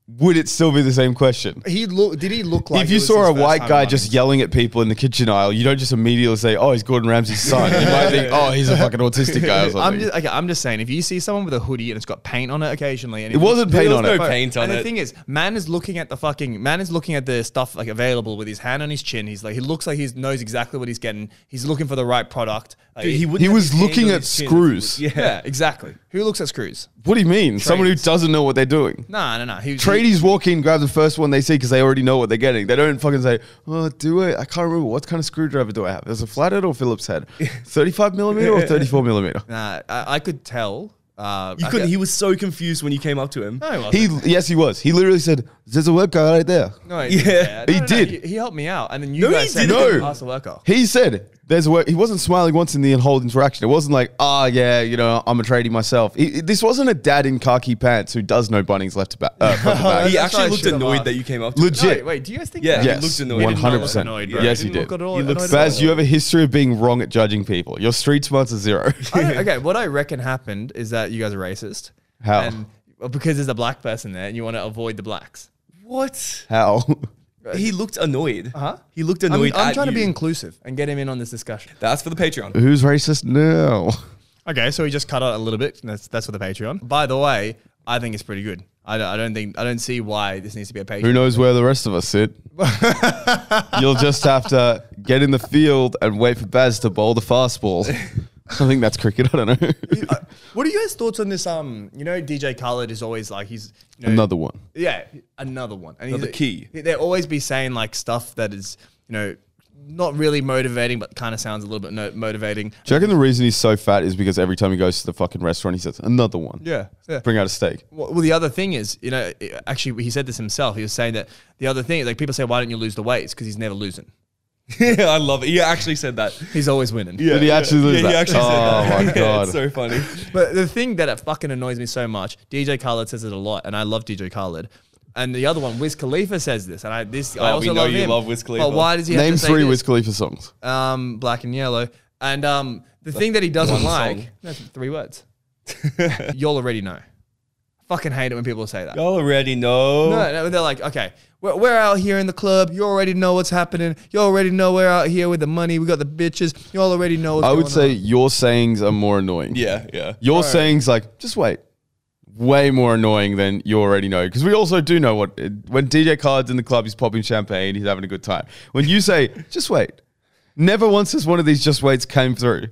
S2: would it still be the same question?
S4: he look. Did he look like?
S2: if
S4: it
S2: you
S4: was
S2: saw
S4: his
S2: a
S4: first
S2: white
S4: time
S2: guy
S4: running?
S2: just yelling at people in the kitchen aisle, you don't just immediately say, oh, he's Gordon Ramsay's son. You might think, oh, he's a fucking autistic guy or something.
S1: I'm just, okay, I'm just saying, if you see someone with a hoodie and it's got paint on it occasionally, and
S2: it wasn't paint
S3: was
S2: on
S3: no
S2: it.
S3: paint. on
S1: and
S3: it.
S1: the thing is, man is looking at the fucking man is looking at the stuff like available with his hand on his chin. He's like, he looks like he knows exactly what he's getting. He's looking for the right product. Like,
S3: Dude, wouldn't
S2: He
S3: have
S2: was
S3: his hand
S2: looking
S3: on
S2: at
S3: his chin if he
S2: screws.
S3: was-
S1: yeah.
S3: Yeah.
S1: exactly. Who looks at screws?
S2: What do you mean? Someone who
S1: Tradies.
S2: doesn't know what they're doing.
S1: No, no, no. He, he,
S2: Tradies walk in, grab the first one they see because they already know what they're getting. They don't fucking say, "Oh, do it." I can't remember what kind of screwdriver do I have. There's a flathead or Phillips head, thirty-five millimeter or thirty-four millimeter.
S1: nah, I, I could tell. Uh,
S3: You
S1: I
S3: couldn't.
S1: could-
S3: He was so confused when you came up to him.
S1: No, he wasn't.
S2: He, yes, he was. He literally said, "There's a web guy right there."
S1: No,
S3: Yeah.
S1: yeah,
S2: He did.
S1: He, he helped me out, and then you
S3: No, he
S1: guys said,
S3: didn't.
S1: "Hey,
S2: No.
S1: pass the worker."
S2: He said, "There's a web." He wasn't smiling once in the whole interaction. It wasn't like, "Ah, yeah, you know, I'm a tradie myself." He- this wasn't a dad in khaki pants who does know Bunnings left to back. Uh, front to back.
S3: he
S1: that's what I
S3: actually looked
S1: should've
S3: annoyed
S1: asked.
S3: that you came up to him.
S2: Legit.
S1: No, wait, do you guys think?
S3: Yeah.
S1: that?
S3: He
S2: Yes,
S3: looked annoyed. He
S2: One
S3: did not
S2: hundred
S3: look
S2: percent.
S1: annoyed, bro.
S2: Yes,
S1: He
S2: he
S1: didn't
S2: did.
S1: look at all
S2: He looked-
S1: annoyed at
S2: Baz,
S1: all.
S2: you have a history of being wrong at judging people. Your street smarts are zero.
S1: I don't- okay, what I reckon happened is that you guys are racist.
S2: How?
S1: And well, because there's a black person there, and you want to avoid the blacks.
S3: What?
S2: How?
S3: He looked annoyed.
S1: Huh?
S3: He looked
S1: I'm,
S3: annoyed.
S1: Uh-huh. I'm
S3: at
S1: trying to be
S3: you.
S1: inclusive and get him in on this discussion.
S3: That's for the Patreon.
S2: Who's racist now?
S1: Okay, so we just cut out a little bit. and That's that's for the Patreon. By the way, I think it's pretty good. I don't, I don't think I don't see why this needs to be a
S2: Who
S1: Patreon.
S2: knows where the rest of us sit? You'll just have to get in the field and wait for Baz to bowl the fastball. I think that's cricket. I don't know.
S1: What are you guys' thoughts on this? Um, you know, DJ Khaled is always like he's you know,
S2: Another one.
S1: Yeah, another one. And
S3: Another
S1: he's-
S3: key.
S1: They always be saying like stuff that is, you know, not really motivating, but kind of sounds a little bit no- motivating.
S2: Do you reckon the reason he's so fat is because every time he goes to the fucking restaurant, he says, another one.
S1: Yeah, yeah.
S2: Bring out a steak.
S1: Well, well, the other thing is, you know, it- actually, he said this himself. He was saying that the other thing, like people say, why don't you lose the weight? It's because he's never losing.
S3: yeah, I love it. He actually said that.
S1: He's always winning.
S2: Did he actually lose
S3: Yeah,
S2: that?
S3: he actually
S2: oh
S3: said that.
S2: my
S3: Yeah,
S2: God.
S3: it's so funny.
S1: But the thing that it fucking annoys me so much, DJ Khaled says it a lot, and I love DJ Khaled. And the other one, Wiz Khalifa says this, and I this I
S3: Oh,
S1: also
S3: we know
S1: love
S3: you
S1: him.
S3: love Wiz Khalifa.
S1: But why does he have
S2: Name
S1: to say
S2: three
S1: this?
S2: Wiz Khalifa songs.
S1: um, black and yellow. And um, the thing that he doesn't
S3: one
S1: like,
S3: song.
S1: that's three words. You'll already know. Fucking hate it when people say that.
S3: Y'all already know.
S2: Oh.
S1: No, no, they're like, okay, we're, we're out here in the club. You already know what's happening. You already know we're out here with the money. We got the bitches. You all already know. What's
S2: I would
S1: going
S2: say
S1: on."
S2: your sayings are more annoying.
S3: Yeah, yeah.
S2: Your sayings like just wait, way more annoying than you already know because we also do know what when DJ Khaled's in the club, he's popping champagne, he's having a good time. When you say just wait, never once has one of these just waits came through.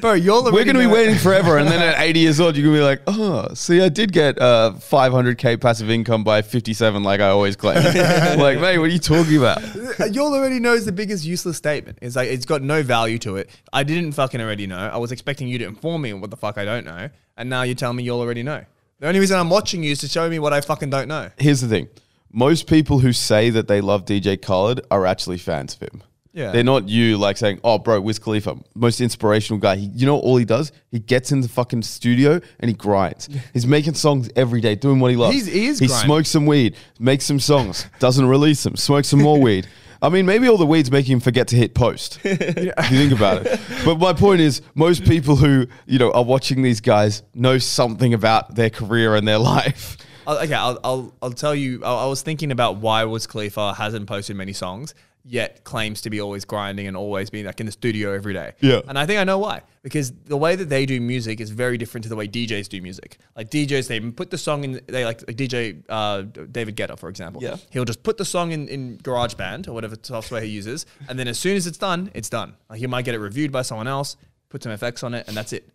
S1: bro, you all already.
S2: We're gonna be
S1: know-
S2: waiting forever, and then at 80 years old, you're gonna be like, oh, see, I did get uh 500k passive income by 57, like I always claim. like, mate, what are you talking about?
S1: You all already know is the biggest useless statement. It's like it's got no value to it. I didn't fucking already know. I was expecting you to inform me what the fuck I don't know, and now you're telling me you all already know. The only reason I'm watching you is to show me what I fucking don't know.
S2: here's the thing. Most people who say that they love DJ Khaled are actually fans of him.
S1: Yeah.
S2: They're not you like saying, oh, bro, Wiz Khalifa, most inspirational guy. He, you know all he does? He gets in the fucking studio and he grinds. He's making songs every day, doing what he loves.
S1: He's- he is
S2: he
S1: grinding.
S2: smokes some weed, makes some songs, doesn't release them, smokes some more weed. I mean, maybe all the weed's making him forget to hit post. If you think about it. But my point is, most people who, you know, are watching these guys know something about their career and their life.
S1: I'll, okay, I'll, I'll I'll tell you. I, I was thinking about why was Khalifa hasn't posted many songs yet claims to be always grinding and always being like in the studio every day.
S2: Yeah.
S1: and I think I know why because the way that they do music is very different to the way DJs do music. Like DJs, they put the song in. They like, like DJ uh, David Guetta, for example.
S3: Yeah.
S1: he'll just put the song in in GarageBand or whatever software he uses, and then as soon as it's done, it's done. Like he might get it reviewed by someone else, put some effects on it, and that's it.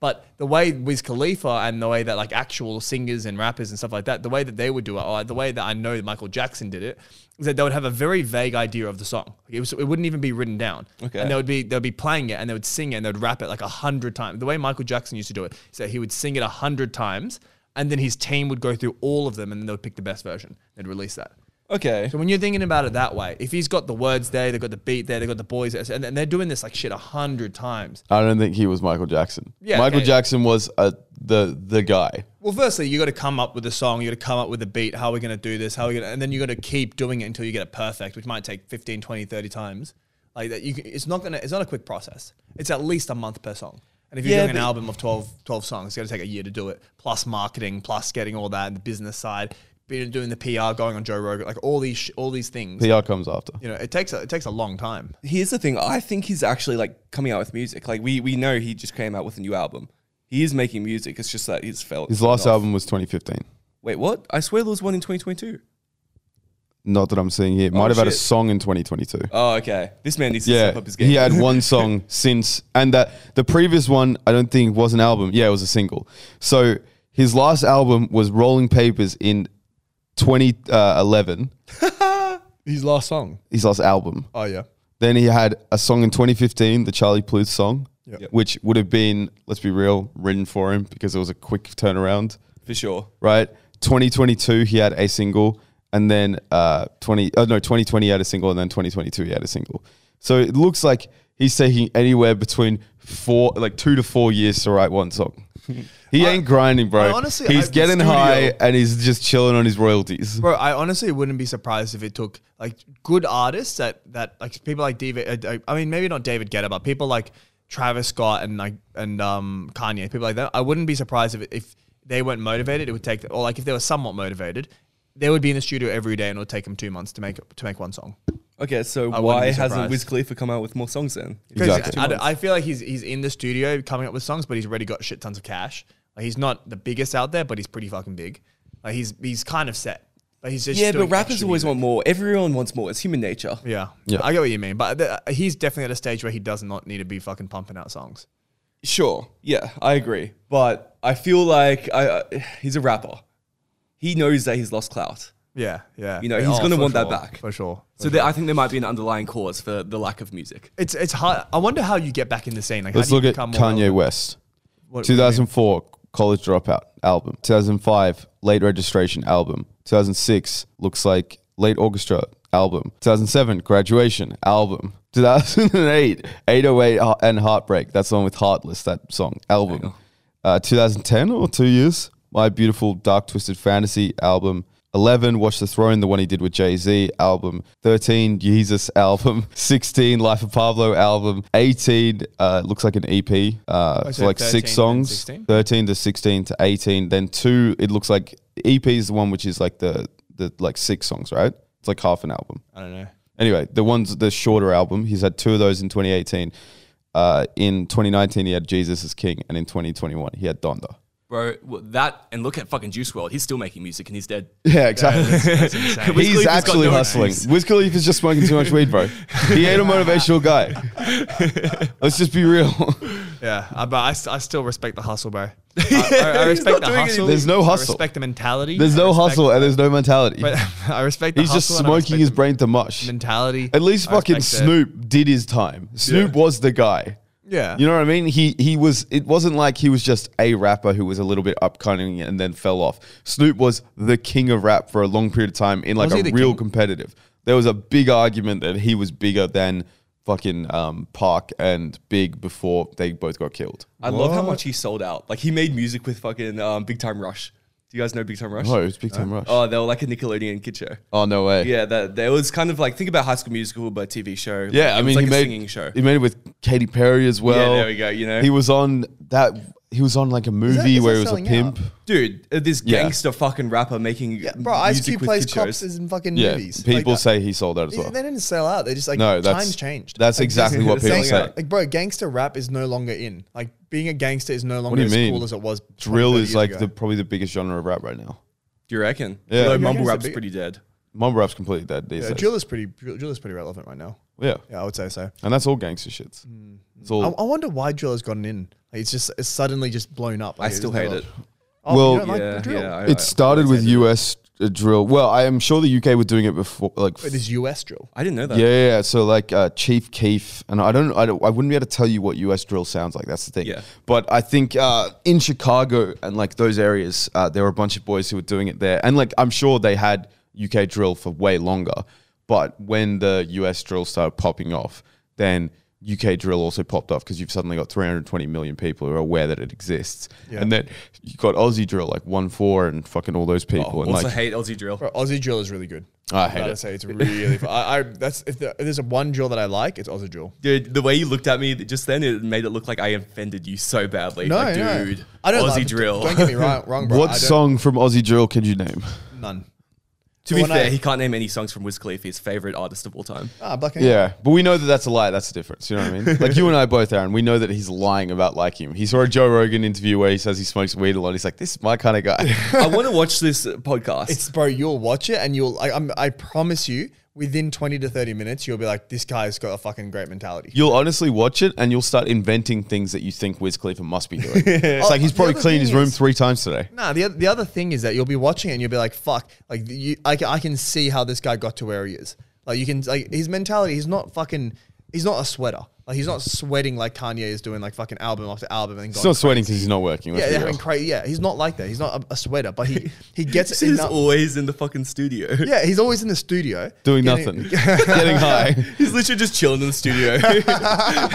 S1: But the way Wiz Khalifa and the way that like actual singers and rappers and stuff like that, the way that they would do it, or the way that I know that Michael Jackson did it, is that they would have a very vague idea of the song. It, was, it wouldn't even be written down.
S3: Okay.
S1: And they would be they would be playing it and they would sing it and they would rap it like a hundred times. The way Michael Jackson used to do it, so he would sing it a hundred times, and then his team would go through all of them and then they would pick the best version. They'd release that.
S3: Okay.
S1: So when you're thinking about it that way, if he's got the words there, they've got the beat there, they've got the boys there, and, and they're doing this like shit a hundred times.
S2: I don't think he was Michael Jackson.
S1: Yeah,
S2: Michael
S1: okay.
S2: Jackson was uh, the the guy.
S1: Well, firstly, you got to come up with a song, you got to come up with a beat, how are we going to do this, how are we going to, and then you got to keep doing it until you get it perfect, which might take 15, 20, 30 times. Like that, you, c- it's not going to, it's not a quick process. It's at least a month per song. And if you're
S3: Yeah,
S1: doing an
S3: but-
S1: album of 12, 12 songs, it's going to take a year to do it, plus marketing, plus getting all that, and the business side, being, doing the PR, going on Joe Rogan, like all these, sh- all these things.
S2: PR comes after.
S1: You know, it takes a, it takes a long time.
S3: Here's the thing. I think he's actually like coming out with music. Like we we know he just came out with a new album. He is making music. It's just that he's felt
S2: His last
S3: off.
S2: album was 2015.
S3: Wait, what? I swear there was one in 2022.
S2: Not that I'm seeing here. Might have had a
S3: shit.
S2: song in 2022.
S3: Oh, okay. This man needs to
S2: yeah,
S3: step up his game.
S2: he had one song since, and that the previous one I don't think was an album. Yeah, it was a single. So his last album was Rolling Papers in 2011.
S1: His last song.
S2: His last album.
S1: Oh yeah.
S2: Then he had a song in 2015, the Charlie Pluth song, which would have been, let's be real, written for him because it was a quick turnaround,
S3: for sure.
S2: right? 2022, he had a single, and then uh, 20, oh no, 2020 he had a single, and then 2022 he had a single. So it looks like he's taking anywhere between four, like two to four years to write one song. He ain't grinding, bro.
S1: I honestly hope
S2: he's
S1: the
S2: getting
S1: studio-
S2: high and he's just chilling on his royalties.
S1: Bro, I honestly wouldn't be surprised if it took like good artists that that like people like David. uh, I mean, maybe not David Guetta, but people like Travis Scott and like and um Kanye, people like that. I wouldn't be surprised if if they weren't motivated. It would take, or like if they were somewhat motivated, they would be in the studio every day, and it would take them two months to make to make one song.
S3: Okay, so
S1: I wouldn't
S3: why
S1: be
S3: hasn't
S1: surprised.
S3: Wiz Khalifa come out with more songs then?
S1: 'Cause
S2: Exactly.
S1: I, d- I feel like he's he's in the studio coming up with songs, but he's already got shit tons of cash. Like he's not the biggest out there, but he's pretty fucking big. Like he's he's kind of set, but he's just
S3: Yeah, but
S1: doing
S3: rappers
S1: extra
S3: always
S1: music.
S3: want more. Everyone wants more. It's human nature.
S1: Yeah.
S2: Yeah.
S1: I get what you mean, but th- he's definitely at a stage where he does not need to be fucking pumping out songs.
S3: Sure. Yeah, I agree. But I feel like I, I he's a rapper. He knows that he's lost clout.
S1: Yeah, yeah. Oh,
S3: You know, he's gonna
S1: for
S3: want that
S1: sure,
S3: back.
S1: for sure.
S3: So there, I think there might be an underlying cause for the lack of music.
S1: It's it's hard. I wonder how you get back in the scene. Like,
S2: Let's
S1: how
S2: look
S1: do you
S2: at
S1: become
S2: Kanye
S1: More,
S2: West.
S1: what-
S2: 2004 college dropout album 2005 late registration album 2006 looks like late orchestra album 2007 graduation album 2008 808 Hea- oh and heartbreak that's the one with heartless that song album uh, 2010 or two years my beautiful dark twisted fantasy album 11 watch the throne the one he did with jay-z album 13 jesus album 16 life of pablo album 18 uh, looks like an ep uh,
S1: I
S2: so
S1: said
S2: like
S1: 13,
S2: six
S1: then
S2: songs
S1: 16?
S2: 13 to 16 to 18 then two it looks like ep is the one which is like the the like six songs right it's like half an album
S1: I don't know.
S2: anyway the ones the shorter album he's had two of those in 2018 uh, in 2019 he had jesus is king and in 2021 he had donda
S3: Bro, well, that and look at fucking Juice World. He's still making music and he's dead.
S2: yeah exactly
S1: That's insane.
S3: Wiz
S2: He's
S3: Khalifa's got
S2: actually
S3: no
S2: hustling.
S3: excuse.
S2: Wiz Khalifa's just smoking too much weed, bro. He ain't a motivational guy. Let's just be real.
S1: yeah, I, but I, st- I still respect the hustle, bro. I, I, I respect the
S3: doing
S1: hustle.
S2: There's no
S1: I
S2: hustle.
S1: respect the mentality.
S2: There's
S1: I
S2: no
S1: respect-
S2: hustle and there's no mentality.
S1: But I respect. The
S2: He's just
S1: hustle and I respect
S2: smoking his
S1: the
S2: brain to mush.
S1: mentality.
S2: At least
S1: I
S2: fucking
S1: respect it.
S2: Snoop did his time. Snoop was the guy.
S1: Yeah.
S2: You know what I mean? He he was it wasn't like he was just a rapper who was a little bit upcoming and then fell off. Snoop was the king of rap for a long period of time in like
S1: Was he
S2: a
S1: the
S2: real
S1: king?
S2: competitive. There was a big argument that he was bigger than fucking um, Park and Big before they both got killed.
S3: I love how much he sold out. Like he made music with fucking um, Big Time Rush. Do you guys know Big Time Rush?
S2: Oh, it was Big Time Rush.
S3: Oh, they were like a Nickelodeon kid show.
S2: oh no way.
S3: Yeah, that there was kind of like think about High School Musical, but TV show. Like,
S2: Yeah,
S3: it
S2: I
S3: was
S2: mean,
S3: like
S2: he
S3: a
S2: made
S3: singing show.
S2: He made it with Katy Perry as well.
S3: there we go, you know.
S2: he was on that. He was on like a movie
S4: is
S2: where
S4: that
S2: he was a
S4: selling
S2: pimp.
S4: out?
S3: Dude, uh, this
S2: Yeah.
S3: gangster fucking rapper making
S4: Yeah, bro, Ice
S3: music
S4: Cube
S3: with
S4: plays
S3: kid
S4: cops
S3: shows.
S4: in fucking
S2: Yeah,
S4: movies.
S2: people
S4: Like,
S2: say he sold out as
S4: they-
S2: well.
S4: They didn't sell out. They just like
S2: No, that's
S4: times changed.
S2: That's
S4: Like,
S2: exactly what people
S3: selling
S2: say.
S3: out.
S4: Like, bro, gangster rap is no longer in. Like, being a gangster is no
S2: do
S4: longer
S2: you
S4: as
S2: mean?
S4: cool as it was. 20,
S2: Drill
S4: 30
S2: is
S4: years
S2: like
S4: ago. Uh,
S2: the probably the biggest genre of rap right now.
S3: Do you reckon?
S2: Yeah.
S3: Although
S2: Yeah,
S3: mumble
S4: gangster
S3: rap's
S4: big-
S3: pretty dead.
S2: Mumble rap's completely dead these
S4: Yeah,
S2: days.
S4: drill is pretty. Drill is pretty relevant right now.
S2: yeah,
S4: Yeah, I would say so.
S2: and that's all gangster shits. It's all
S4: Mm, I, I wonder why drill has gotten in. Like, it's just it's suddenly just blown up.
S3: I
S4: Like,
S3: still
S4: it's
S3: hate
S4: never-
S3: it.
S4: Oh,
S2: Well,
S4: you don't like
S3: yeah,
S4: drill.
S3: yeah. I-
S2: it started with US drill. Well, I am sure the UK were doing it before, like
S4: It is US drill.
S3: I, I didn't know that.
S2: Yeah, yeah, yeah. So like uh, Chief Keef, and I don't, I don't, I wouldn't be able to tell you what US drill sounds like. That's the thing.
S3: Yeah.
S2: But I think uh, in Chicago and like those areas, uh, there were a bunch of boys who were doing it there, and like I'm sure they had UK drill for way longer. But when the US drill started popping off, then UK drill also popped off because you've suddenly got 320 million people who are aware that it exists. And then you've got Aussie drill, like 1 4 and fucking all those people.
S1: Oh,
S2: and
S3: also
S2: like,
S3: hate Aussie drill.
S1: Bro, Aussie drill is really good.
S2: I hate
S1: Gotta
S2: it.
S1: say it's really. fu- I, I that's if, the, if there's a one drill that I like, it's Aussie drill.
S3: Dude, the way you looked at me just then, it made it look like I offended you so badly.
S1: No,
S3: like,
S1: no.
S3: dude,
S1: I don't
S3: Aussie
S1: like-
S3: drill.
S1: Don't get me wrong, wrong bro. I
S2: What
S1: don't-
S2: song from Aussie drill can you name?
S1: None.
S3: to be
S1: When
S3: fair,
S1: I-
S3: he can't name any songs from Wiz Khalifa, his favorite artist of all time.
S1: Ah, Black and
S2: Yeah, but we know that that's a lie. That's the difference. You know what I mean? Like you and I both, Aaron. We know that he's lying about liking him. He saw a Joe Rogan interview where he says he smokes weed a lot. He's like, "This is my kind of guy."
S3: I want to watch this uh, podcast.
S1: It's bro, you'll watch it and you'll. I, I'm, I promise you, within 20 to 30 minutes, you'll be like, this guy's got a fucking great mentality.
S2: You'll honestly watch it and you'll start inventing things that you think Wiz Khalifa must be doing. It's like he's
S1: the
S2: probably
S1: other
S2: cleaned his
S1: thing
S2: room
S1: is-
S2: three times today.
S1: Nah, the, oth- the other thing is that you'll be watching it and you'll be like, fuck, like you, I, ca- I can see how this guy got to where he is. Like you can, like his mentality, he's not fucking, he's not a sweater. Like he's not sweating like Kanye is doing, like fucking album after album and
S2: He's
S1: going
S2: not sweating because he's not working.
S1: Yeah,
S2: Let's
S1: they're
S2: be real.
S1: having crazy. Yeah, he's not like that. He's not a, a sweater, but he he gets
S3: he's
S1: enough.
S3: always in the fucking studio.
S1: Yeah, he's always in the studio
S2: doing
S1: getting-
S2: nothing, getting high.
S3: He's literally just chilling in the studio.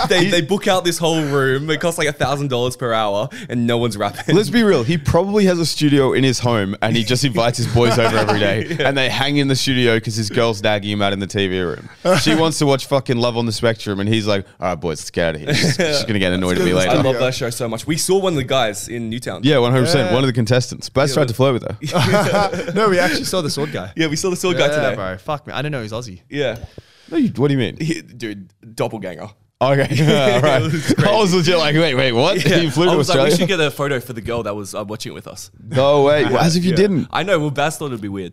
S3: they, they book out this whole room. It costs like a thousand dollars per hour, and no one's rapping.
S2: Let's be real. He probably has a studio in his home and he just invites his boys over every day and they hang in the studio because his girl's nagging him out in the TV room. She wants to watch fucking Love on the Spectrum and he's like, all right, boys, let's get out of here. She's, she's going to get annoyed at me
S3: I
S2: later.
S3: love that show so much. We saw one of the guys in Newtown.
S2: Yeah, 100%. One of the contestants. Baz tried to flirt with her.
S5: no, we actually saw the sword guy.
S3: yeah, we saw the sword guy today.
S5: bro. Fuck me. I don't know. He's Aussie.
S3: Yeah,
S2: No, you, what do you mean?
S3: He- dude, doppelganger.
S2: Okay. all
S3: It was
S2: right.
S3: crazy.
S2: I was legit like, wait, wait, what?
S3: Yeah.
S2: You flew to
S3: I was like, we
S2: Australia?
S3: should get a photo for the girl that was uh, watching it with us.
S2: no, wait. well, as if you didn't.
S3: I know. Well, Bass thought it'd be weird.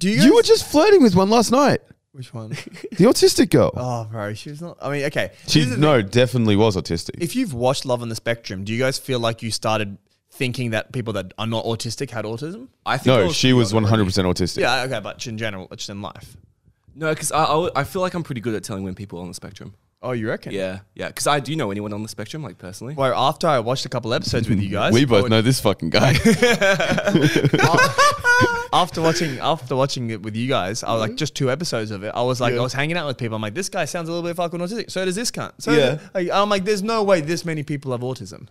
S1: Do you? Guys,
S2: You were just flirting with one last night.
S1: which one?
S2: The autistic girl.
S1: Oh, bro, she was not. I mean, okay.
S2: she
S1: Here's the
S2: no, definitely was autistic.
S5: If you've watched Love on the Spectrum, do you guys feel like you started thinking that people that are not autistic had autism?
S3: I think I
S2: No, she was 100% autistic.
S5: Yeah, okay, but in general, just in life.
S3: No, because I, I, would- I feel like I'm pretty good at telling when people are on the spectrum.
S5: Oh, you reckon?
S3: Yeah, yeah. Because I do know anyone on the spectrum, like personally.
S5: Well, after I watched a couple episodes with you guys,
S2: We both know this fucking guy.
S5: after watching after watching it with you guys, I was
S1: Mm-hmm.
S5: like just two episodes of it. I was like, I was hanging out with people. I'm like, this guy sounds a little bit fucking autistic. So does this cunt. So
S3: Yeah.
S5: like, I'm like, there's no way this many people have autism.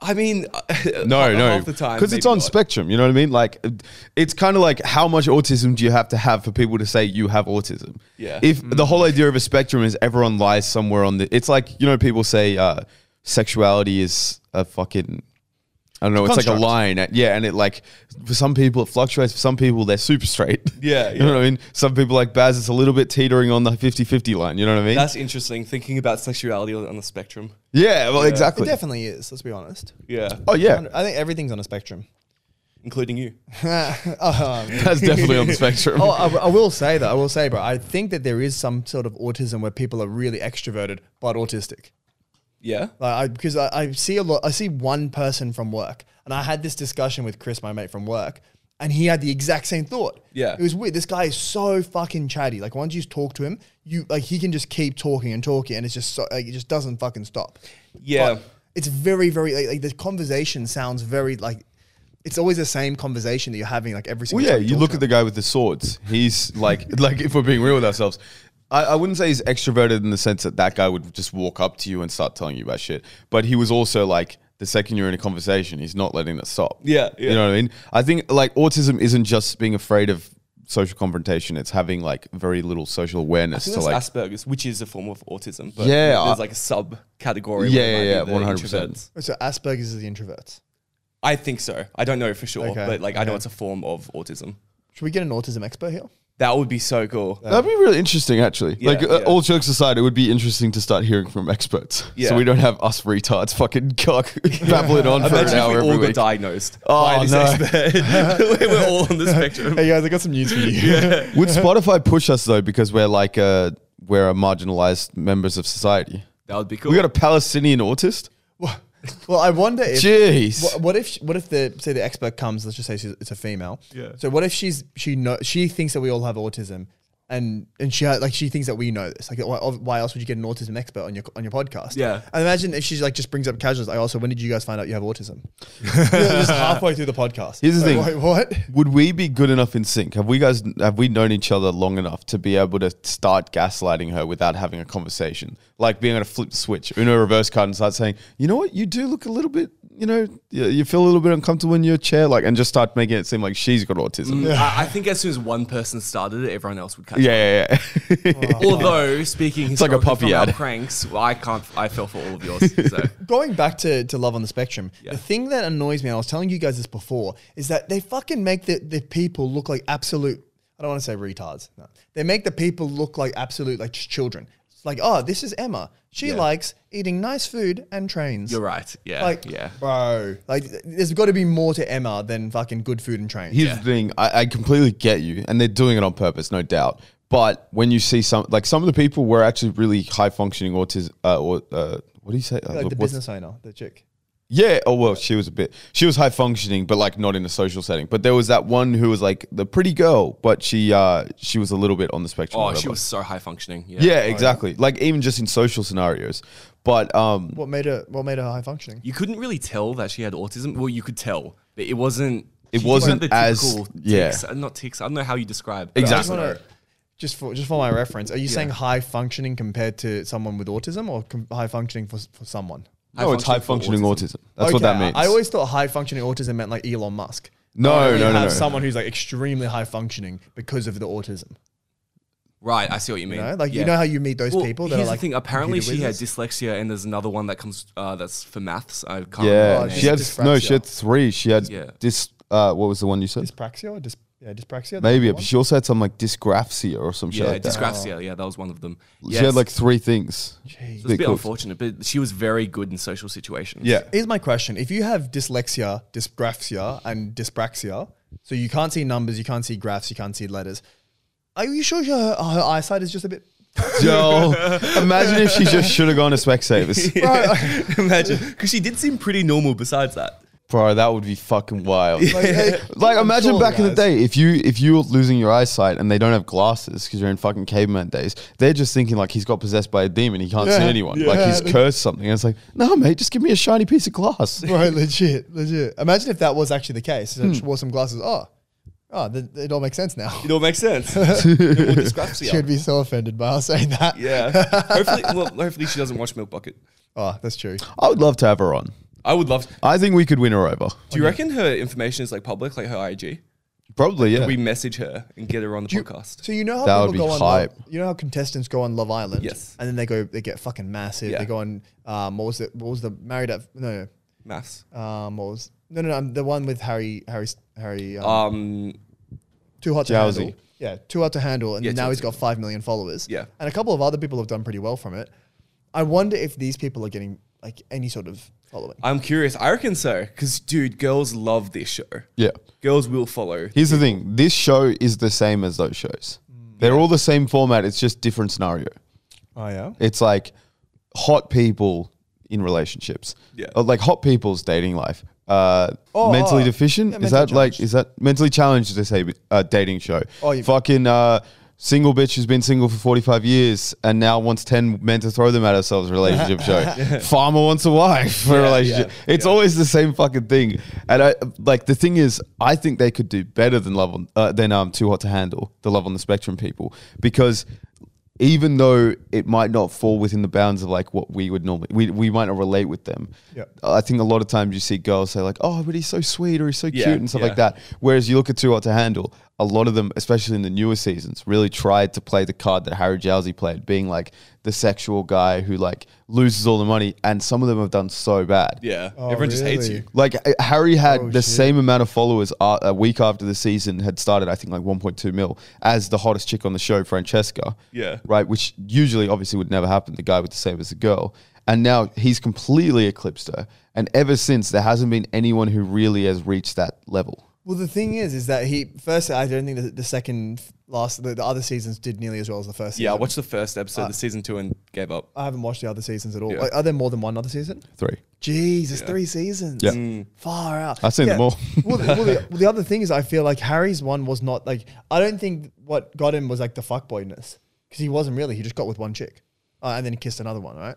S3: I mean,
S2: No, no,
S3: half the time
S2: because it's
S3: maybe
S2: on
S3: not.
S2: spectrum. You know what I mean? Like, it- it's kind of like how much autism do you have to have for people to say you have autism?
S3: Yeah. Mm.
S2: If the whole idea of a spectrum is everyone lies somewhere on the, it's like you know people say uh, sexuality is a fucking. I don't know. It's like a
S1: construct.
S2: line, at, yeah, and it like for some people it fluctuates. For some people they're super straight.
S3: Yeah,
S2: you know what I mean. Some people like Baz, it's a little bit teetering on the 50-50 line. You know what I mean?
S3: That's interesting. Thinking about sexuality on, on the spectrum.
S2: yeah, well,
S1: It
S2: exactly.
S1: definitely is. Let's be honest.
S3: Yeah,
S2: Oh yeah,
S1: I think everything's on a spectrum.
S3: including you.
S1: oh,
S2: that's definitely on the
S3: Oh,
S2: spectrum.
S1: I, I will say though, I will say, bro, I think that there is some sort of autism where people are really extroverted but autistic.
S3: Yeah.
S1: Like I, because I, I see a lot, I see one person from work, and I had this discussion with Chris, my mate from work, and he had the exact same thought.
S3: Yeah.
S1: it was weird. This guy is so fucking chatty. Like once you talk to him, you like he can just keep talking and talking, and it's just so, like it just doesn't fucking stop.
S3: Yeah.
S1: But it's very, very like, like the conversation sounds very like it's always the same conversation that you're having like every single.
S2: Well, yeah,
S1: time
S2: you
S1: talk
S2: look
S1: to
S2: at
S1: him.
S2: the guy with the swords. He's like, like if we're being real with ourselves, I, I wouldn't say he's extroverted in the sense that that guy would just walk up to you and start telling you about shit. But he was also like, the second you're in a conversation, he's not letting that stop.
S3: Yeah, yeah.
S2: you know what I mean. I think like autism isn't just being afraid of social confrontation; it's having like very little social awareness
S3: So
S2: to like.
S3: Asperger's, which is a form of autism, but
S2: Yeah,
S3: there's
S2: I-
S3: like a subcategory.
S2: Yeah,
S3: where it might
S2: yeah,
S3: be the
S2: 100%.
S3: introverts.
S1: so Asperger's is the introverts.
S3: I think so. I don't know for sure,
S1: Okay,
S3: but like I know
S1: okay.
S3: it's a form of autism.
S1: Should we get an autism expert here?
S3: That would be so cool.
S2: That'd be really interesting, actually. like,
S3: yeah.
S2: uh, all jokes aside, it would be interesting to start hearing from experts,
S3: Yeah.
S2: so we don't have us retards fucking cock babbling on for an
S3: Imagine if we
S2: hour
S3: all
S2: every
S3: got
S2: week.
S3: diagnosed
S2: Oh,
S3: by this
S2: no.
S3: expert. We're all on the spectrum.
S1: Hey guys, I got some news for you.
S2: Would Spotify push us though because we're like uh we're a marginalized members of society?
S3: That would be cool.
S2: We got a Palestinian autist.
S1: well, I wonder if
S2: Jeez.
S1: What, what if what if the say the expert comes? Let's just say she's, it's a female.
S3: Yeah.
S1: So what if she's she know she thinks that we all have autism, and and she had, like she thinks that we know this. Like, why, why else would you get an autism expert on your on your podcast?
S3: Yeah.
S1: and imagine if she's like just brings up casuals. I also, when did you guys find out you have autism? Yeah, just halfway through the podcast.
S2: Here's the
S1: Like, Wait,
S2: thing.
S1: what?
S2: Would we be good enough in sync? Have we guys have we known each other long enough to be able to start gaslighting her without having a conversation? Like being able to flip the switch, Uno reverse card, and start saying, "You know what? You do look a little bit. You know, you, you feel a little bit uncomfortable in your chair, like, and just start making it seem like she's got autism."
S1: Mm.
S2: Yeah,
S3: I, I think as soon as one person started it, everyone else would catch up.
S2: yeah, yeah.
S3: Although speaking
S2: like a
S3: historically
S2: puppy
S3: from our
S2: ad.
S3: pranks, well, I can't. I fell for all of yours. So
S1: Going back to, to Love on the Spectrum,
S3: Yeah.
S1: the thing that annoys me, and I was telling you guys this before, is that they fucking make the, the people look like absolute, I don't want to say retards. No. They make the people look like absolute, like just children. It's like, oh, this is Emma. She likes eating nice food and trains.
S3: you're right. Yeah.
S1: Like,
S3: yeah.
S1: bro, like there's got to be more to Emma than fucking good food and trains.
S2: Here's the thing: I, I completely get you, and they're doing it on purpose, no doubt. But when you see some, like some of the people were actually really high functioning autism, uh, or uh, what do you say? Uh,
S1: like the
S2: what's-
S1: business owner, the chick.
S2: Yeah. Oh well, she was a bit. She was high functioning, but like not in a social setting. But there was that one who was like the pretty girl, but she uh she was a little bit on the spectrum. or
S3: Oh, she
S2: whatever.
S3: was so high functioning. Yeah.
S2: Yeah, exactly. Like even just in social scenarios. But um,
S1: What made her? What made her high functioning?
S3: You couldn't really tell that she had autism. Well, you could tell, but it wasn't.
S2: It
S3: she
S2: wasn't
S3: had
S2: as-
S3: typical
S2: yeah.
S3: Tics, uh, not ticks. I don't know how you describe.
S1: I just
S2: Exactly.
S1: want to, just for just for my reference, are you saying high functioning compared to someone with autism, or com- high functioning for for someone?
S2: no, it's high functioning autism. That's what that
S1: Okay,
S2: means.
S1: I always thought high functioning autism meant like Elon Musk.
S2: No,
S1: Or
S2: no,
S1: you
S2: no,
S1: have
S2: no.
S1: someone who's like extremely high functioning because of the autism.
S3: Right, I see what you mean.
S1: You know, like
S3: Yeah.
S1: you know how you meet those
S3: Well,
S1: people that
S3: here's
S1: are like
S3: the thing. Apparently,
S1: computer
S3: she had
S1: wizards?
S3: dyslexia, and there's another one that comes uh, that's for maths. I
S1: Oh,
S2: yeah,
S3: can't. remember the
S2: she
S3: name.
S2: had
S1: she's
S2: no. She
S1: dyspraxia.
S2: had three. She had
S3: Yeah.
S2: dis. Uh, what was the one you said?
S1: dyspraxia or dys, yeah, dyspraxia.
S2: Maybe,
S1: the
S2: but
S1: one?
S2: she also had some like dysgraphia or some shit
S3: yeah,
S2: like that.
S3: dysgraphia. Yeah, that was one of them.
S2: She
S3: Yes.
S2: had like three things.
S3: It was a bit unfortunate, but she was very good in social situations.
S2: Yeah.
S1: Here's my question: If you have dyslexia, dysgraphia, and dyspraxia, so you can't see numbers, you can't see graphs, you can't see letters, are you sure her, her eyesight is just a bit?
S2: Yo, imagine if she just should have gone to Specsavers.
S3: imagine because she did seem pretty normal. Besides that,
S2: Bro, that would be fucking wild.
S1: Like, hey,
S2: Like
S1: I'm
S2: imagine
S1: sure,
S2: back in the
S1: guys.
S2: day, if you if you're losing your eyesight and they don't have glasses because you're in fucking caveman days, they're just thinking like he's got possessed by a demon, he can't see
S1: Yeah.
S2: anyone, like
S1: Yeah.
S2: he's cursed something. And it's like, no, mate, just give me a shiny piece of glass.
S1: Right, legit, legit. Imagine if that was actually the case. So I
S2: Hmm.
S1: just wore some glasses. Oh, oh, th- it all makes sense now.
S3: it all makes sense. Normal dysgraphia.
S1: She'd be so offended by us saying that.
S3: Yeah. hopefully, well, hopefully she doesn't watch Milk Bucket.
S1: Oh, that's true.
S2: I would love to have her on.
S3: I would love.
S2: I think we could win her over.
S3: Do you reckon her information is like public, like her IG?
S2: Probably, yeah.
S3: We message her and get her on the
S1: Do you-
S3: podcast.
S1: So you know how
S2: That would
S1: people
S2: be
S1: go on.
S2: hype.
S1: Love- you know how contestants go on Love Island.
S3: Yes.
S1: And then they go, they get fucking massive.
S3: Yeah.
S1: They go on. Um, what was it? What was the married at? No.
S3: Maths.
S1: Um, what was no, no, no. um, The one with Harry, Harry, Harry. Um,
S3: Um,
S1: too hot to
S2: Jowsey.
S1: handle. Yeah, too hot to handle, and
S3: Yeah, Too
S1: now
S3: Hot
S1: he's
S3: to
S1: got five million followers.
S3: Yeah.
S1: and a couple of other people have done pretty well from it. I wonder if these people are getting like any sort of following.
S3: I'm curious. I reckon so, because dude, girls love this show.
S2: yeah.
S3: Girls will follow.
S2: Here's the thing: this show is the same as those shows. They're all the same format. It's just different scenario.
S1: Mm. Oh yeah,
S2: It's like hot people in relationships.
S3: Yeah.
S2: Uh, Like hot people's dating life. Uh, mentally
S1: oh.
S2: deficient.
S1: Yeah,
S2: is
S1: mentally
S2: that like
S1: challenged.
S2: is that mentally challenged? They say uh, dating show.
S1: Oh, you-
S2: fucking uh, single bitch who's been single for forty five years and now wants ten men to throw them at herself. Relationship show. Farmer wants a wife for a relationship. It's always the same fucking thing. And I like the thing is, I think they could do better than love on uh, than um too hot to handle the love on the spectrum people because even though it might not fall within the bounds of like what we would normally we, we might not relate with them
S1: Yeah.
S2: i think a lot of times you see girls say like oh but he's so sweet or he's so
S3: Yeah,
S2: cute and stuff like
S3: yeah.
S2: that whereas you look at too hot to handle a lot of them especially in the newer seasons really tried to play the card that harry jowsey played being like the sexual guy who like loses all the money and some of them have done so bad
S3: Yeah.
S1: Oh,
S3: Everyone just hates
S1: really?
S3: you.
S2: like uh, Harry had
S1: Oh,
S2: the
S1: shit.
S2: same amount of followers uh, a week after the season had started. I think like 1.2 mil as the hottest chick on the show, Francesca.
S3: Yeah.
S2: Right. Which usually, obviously, would never happen. The guy with the same as the girl, and now he's completely eclipsed her. And ever since, there hasn't been anyone who really has reached that level.
S1: Well, the thing is, is that he first. I don't think the, the second last the, the other seasons did nearly as well as the first.
S3: Yeah, I
S1: season.
S3: watched the first episode
S1: Uh,
S3: of season two and gave up.
S1: I haven't watched the other seasons at all.
S3: Yeah.
S1: Like, are there more than one other season?
S2: Three.
S1: Jeez, it's three seasons.
S2: Yeah.
S1: Far out.
S2: I've seen them all.
S1: well, the, well, the, well, the other thing is, I feel like Harry's one was not like, I don't think what got him was like the fuckboyness. Because he wasn't really. He just got with one chick uh, and then he kissed another one, right?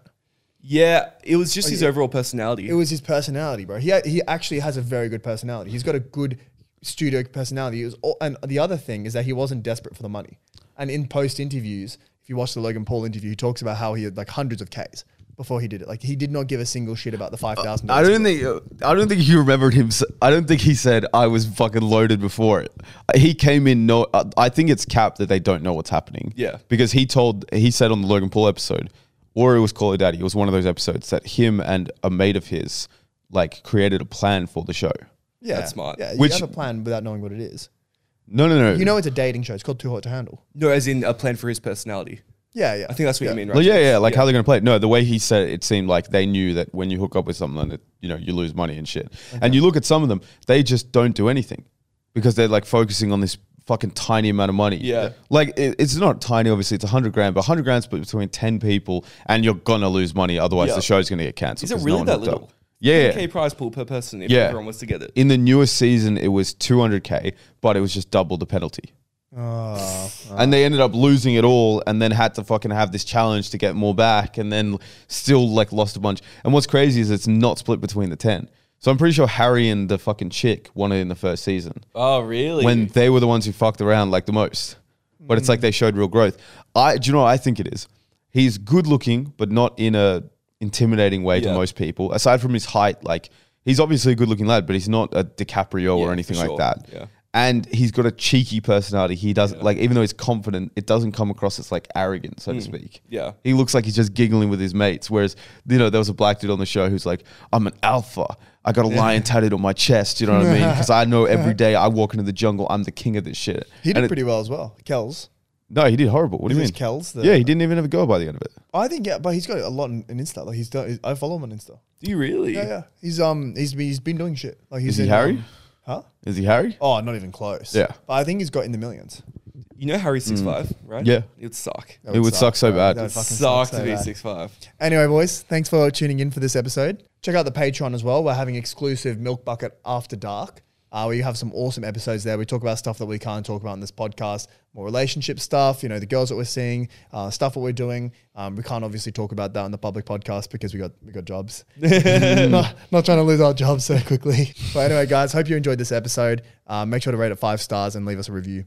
S3: Yeah, it was just his
S1: oh, yeah.
S3: overall personality.
S1: It was his personality, bro. He, he actually has a very good personality. He's got a good studio personality. It was all, and the other thing is that he wasn't desperate for the money. And in post interviews, if you watch the Logan Paul interview, he talks about how he had like hundreds of Ks before he did it. Like he did not give a single shit about the five thousand.
S2: Uh, I don't think I don't think he remembered him. s- I don't think he said I was fucking loaded before it. He came in no. I- I think it's cap that they don't know what's happening.
S3: Yeah.
S2: because he told he said on the Logan Paul episode, or it was Call of Daddy. It was one of those episodes that him and a mate of his like created a plan for the show.
S1: yeah,
S3: that's smart.
S1: Yeah,
S2: Which-
S1: you have a plan without knowing what it is.
S2: No, no, no.
S1: You know, it's a dating show. It's called Too Hot to Handle.
S3: no, as in a plan for his personality.
S1: Yeah, yeah.
S3: I think that's what
S1: yeah.
S3: you mean, right?
S2: Well, yeah,
S3: James?
S2: yeah. Like how they're gonna play it. No, the way he said it, it seemed like they knew that when you hook up with someone, that you know you lose money and shit. And you look at some of them, they just don't do anything because they're like focusing on this fucking tiny amount of money.
S3: Yeah.
S2: Like it, it's not tiny. Obviously, it's hundred grand, but hundred grand's between ten people, and you're gonna lose money. Otherwise,
S3: Yeah.
S2: the show's gonna get cancelled.
S3: Is it
S2: 'cause
S3: really
S2: one
S3: that
S2: hooked up.
S3: little?
S2: Yeah.
S3: K prize pool per person if
S2: Yeah.
S3: everyone wants to get it.
S2: In the newest season, it was two hundred k, but it was just double the penalty.
S1: Oh,
S2: And they ended up losing it all and then had to fucking have this challenge to get more back and then still like lost a bunch. And what's crazy is it's not split between the 10. So I'm pretty sure Harry and the fucking chick won it in the first season
S3: Oh, really? Mm.
S2: when they were the ones who fucked around like the most. But it's like they showed real growth. I do you know what I think it is? He's good looking, but not in a intimidating way to
S3: Yeah.
S2: most people. Aside from his height, like he's obviously a good looking lad, but he's not a DiCaprio
S3: Yeah,
S2: or anything
S3: for
S2: like
S3: sure.
S2: that.
S3: Yeah.
S2: And he's got a cheeky personality. He doesn't like even though he's confident, it doesn't come across as like arrogant, so to speak.
S3: Mm. Yeah.
S2: He looks like he's just giggling with his mates. Whereas, you know, there was a black dude on the show who's like, I'm an alpha. I got a lion tatted on my chest. You know what I mean? Because I know every day I walk into the jungle, I'm the king of this shit.
S1: he did
S2: And it-
S1: pretty well as well. Kells,
S2: No, he did horrible. What do you
S1: Is
S2: mean?
S1: this Kells, the-
S2: yeah, he didn't even have a go by the end of it.
S1: I think, yeah, but he's got a lot in, in Insta. Like he's done. I follow him on Insta.
S3: Do you really?
S1: Yeah, yeah. He's um he's been he's been doing shit. Like he's
S2: Is he
S1: in,
S2: Harry?
S1: um, huh?
S2: Is he Harry?
S1: Oh, not even close.
S2: Yeah.
S1: But I think he's got in the millions.
S3: You know Harry's six five, right?
S2: Yeah.
S3: It would suck.
S1: Mm. That
S2: It would suck so
S1: bro.
S2: bad.
S1: That would
S2: It
S1: fucking
S3: suck
S1: so
S3: to be
S1: bad.
S3: six five.
S1: Anyway, boys, thanks for tuning in for this episode. Check out the Patreon as well. We're having exclusive Milk Bucket After Dark. Uh, we have some awesome episodes there. We talk about stuff that we can't talk about in this podcast, more relationship stuff, you know, the girls that we're seeing, uh, stuff that we're doing. Um, we can't obviously talk about that on the public podcast because we got we got jobs. not, not trying to lose our jobs so quickly. But anyway, guys, hope you enjoyed this episode. Uh, make sure to rate it five stars and leave us a review.